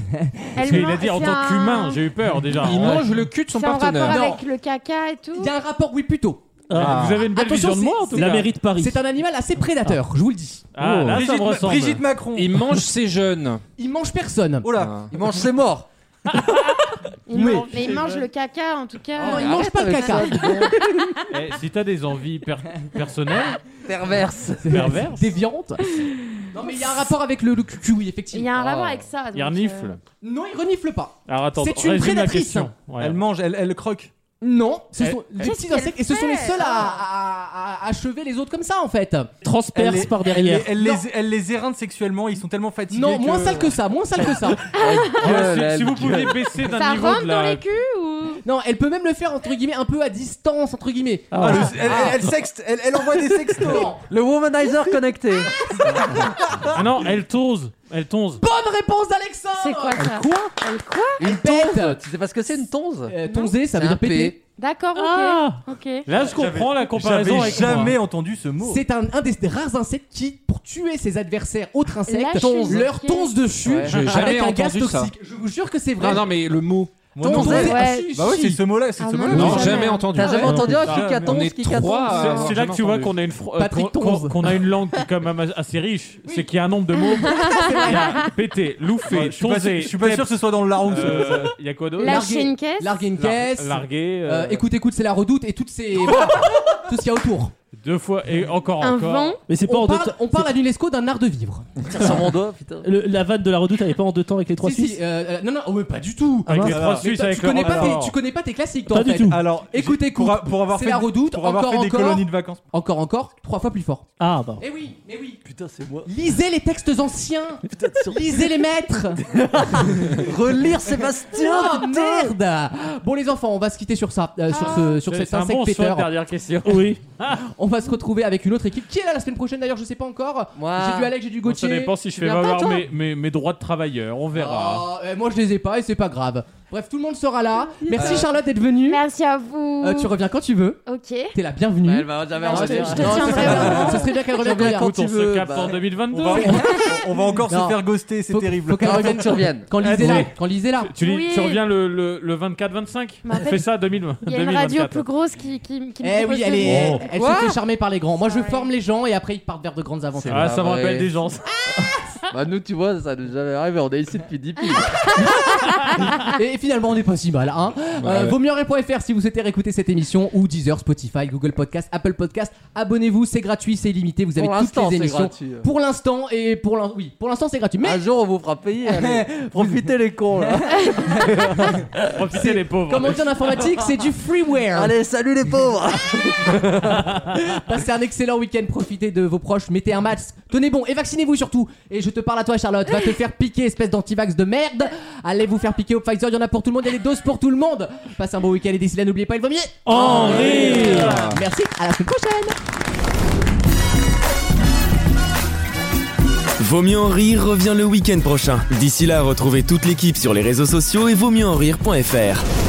Elle Oh, Parce qu'il a mange- dit en c'est tant un- qu'humain, j'ai eu peur déjà. Il mange le cul de son C'est en rapport partenaire. Non. avec le caca et tout. il y a un rapport, oui, plutôt. Ah. Vous avez une belle Attention, vision de moi en c'est- tout La cas. mairie de Paris. C'est un animal assez prédateur, je vous le dis. Ah, là, ça Brigitte, me ressemble. Brigitte Macron Il mange ses jeunes. Il mange personne. Oh là Ah. Il mange ses morts Il mange- Mais il mange le caca en tout Ah non, cas. Euh, il mange pas le caca. Eh, si t'as des envies per- personnelles, Perverse. pervers, Des viandes. Non, mais il y a un rapport avec le, le cucu, oui, Il y effectivement. a un rapport avec ça. donc, euh, il renifle. Non, il renifle pas. Alors attends, C'est une résume la prédatrice. question. Ouais. Elle mange, elle, elle croque. Non, ce Elle- sont des elle- petits insectes et ce sont les qu'elle seuls à, à- à- à achever les autres comme ça en fait. Elle Transperce les- par Elle, derrière. les- elle les, elle les éreinte sexuellement, ils sont tellement fatigués. Non, que... moins sale que ça, moins sale que ça. Ah, si- Gueule, si, vous gueule. pouviez baisser d'un Ça niveau rentre de la... dans Ah. les culs ou Non, elle peut même le faire entre guillemets un peu à distance entre guillemets. Ah, le- elle, elle- elle sexte, elle, elle envoie des sextos. Non. Le womanizer connecté. Ah non, elle tose, elle tose. Bonne réponse d'Alexandre. c'est quoi ça Quoi Elle quoi Une pète. Tu sais pas ce que c'est une tonze Euh, tonzé, ça veut C'est un dire péter. D'accord, ok. Ah Ok. Là, je comprends la comparaison J'avais avec moi. jamais entendu ce mot. C'est un, un des, des rares insectes qui, pour tuer ses adversaires, autres insectes, Lâche tonze. les leur pieds. tonze dessus Ouais. J'ai avec jamais un gaz entendu ça. toxique. Je vous jure que c'est vrai. Non, non, mais le mot. Moi, non. Tonzé, Ouais. ah, si, Bah ouais, si. c'est ce mot-là, c'est Ah ce non, mot-là. non, Non, jamais jamais entendu. T'as jamais Ouais. entendu un truc Ah, qui a On tonze, est qui trois a tonze à C'est- avoir C'est là jamais que tu vois entendu. qu'on a une fro- euh, Patrick qu'on- qu'on- Tonze. qu'on a une langue qui est quand même assez riche. C'est qu'il y a un nombre de mots. Il y a pété, Ouais, louffé, Je suis pas sûr- tonzé. je suis pas sûr que ce soit dans le larron. Euh, Il y a quoi d'autre Lâcher une caisse. Larguer une Lar- caisse. Larguer. euh, euh, écoute, écoute, c'est la redoute et toutes ces. voilà, tout ce qu'il y a autour. Deux fois et encore Un encore. vent. Mais c'est pas en On deux parle, temps. on parle à l'UNESCO d'un art de vivre. Ça tire sur mon doigt, putain. Le- La vanne de la redoute, elle est pas en deux temps avec les trois Si, si, Suisses euh, euh, non, non, oh, mais pas du tout. Ah, Avec les mince. trois Mais Mais Suisses toi, avec tu, le connais pas rapport. tes, tu connais pas tes classiques, toi, Pas en du fait. tout. Alors, Écoute, j'ai- écoute, Pour, a- pour avoir c'est fait, la redoute, pour avoir encore, fait des encore. colonies de vacances. Encore, encore, trois fois plus fort. Ah bah. Eh oui, mais oui. Putain, c'est moi. Lisez les textes anciens. Lisez les maîtres. Relire Sébastien Oh merde Bon les enfants, on va se quitter sur ça, euh, sur, ce, sur C'est cet un insecte bon choix péteur. de dernière question. Oui. On va se retrouver avec une autre équipe. Qui est là la semaine prochaine d'ailleurs Je sais pas encore. Moi. J'ai du Alex, j'ai du Bon, Ça Gauthier. dépend si je Tu fais viens pas, valoir toi mes, mes, mes droits de travailleur. On verra. Ah, euh, moi je les ai pas et c'est pas grave. Bref, tout le monde sera là. Merci Charlotte d'être venue. Merci à vous. Euh, tu reviens quand tu veux. Ok. T'es la bienvenue. Ah, Elle va jamais Bah, je te- revenir. je te Non, ce tiendrai serait au bien- ce serait bien qu'elle revienne d'ailleurs. Écoute, on veux, se capte bah. en 2022. On va, on- on va encore Non. se faire ghoster, c'est Faut- terrible. Faut qu'elle revienne. Attends que tu reviennes. Quand lisez là, quand lisez là. Tu, dis- Oui. tu reviens le, le, le 24-25 Mais en On fait, fait ça 2000, Il y a une radio 2024. plus grosse qui, qui, qui me Eh propose oui, elle de- est, Oh. elle Quoi se fait charmer par les grands. Moi, je Sorry. forme les gens et après ils partent vers de grandes aventures. Ah, ça me Vrai. rappelle des gens. Bah nous tu vois ça nous est jamais arrivé, on est ici depuis 10 piges. Et finalement, on n'est pas si mal. Hein Euh, ouais. Vaut mieux rire.fr si vous souhaitez réécouter cette émission ou Deezer, Spotify, Google Podcast, Apple Podcast. Abonnez-vous, c'est gratuit, c'est illimité. Vous avez Pour toutes l'instant, les c'est émissions. gratuit. Pour l'instant et pour l'in- oui, pour l'instant c'est gratuit. Mais Un jour, on vous fera payer. allez. Profitez les cons là. Profitez les pauvres. comme on dit en informatique, c'est du freeware. Allez, salut les pauvres. Passez un excellent week-end, profitez de vos proches, mettez un masque, tenez bon et vaccinez-vous surtout. Et je te parle à toi, Charlotte, va te faire piquer, espèce d'antivax de merde. Allez vous faire piquer au Pfizer, il y en a pour tout le monde, il y a des doses pour tout le monde. Passez un bon week-end et d'ici là, n'oubliez pas, il vaut mieux. En rire Merci, à la semaine prochaine. Vaut mieux en rire revient le week-end prochain. D'ici là, retrouvez toute l'équipe sur les réseaux sociaux et vaut mieux en rire.fr.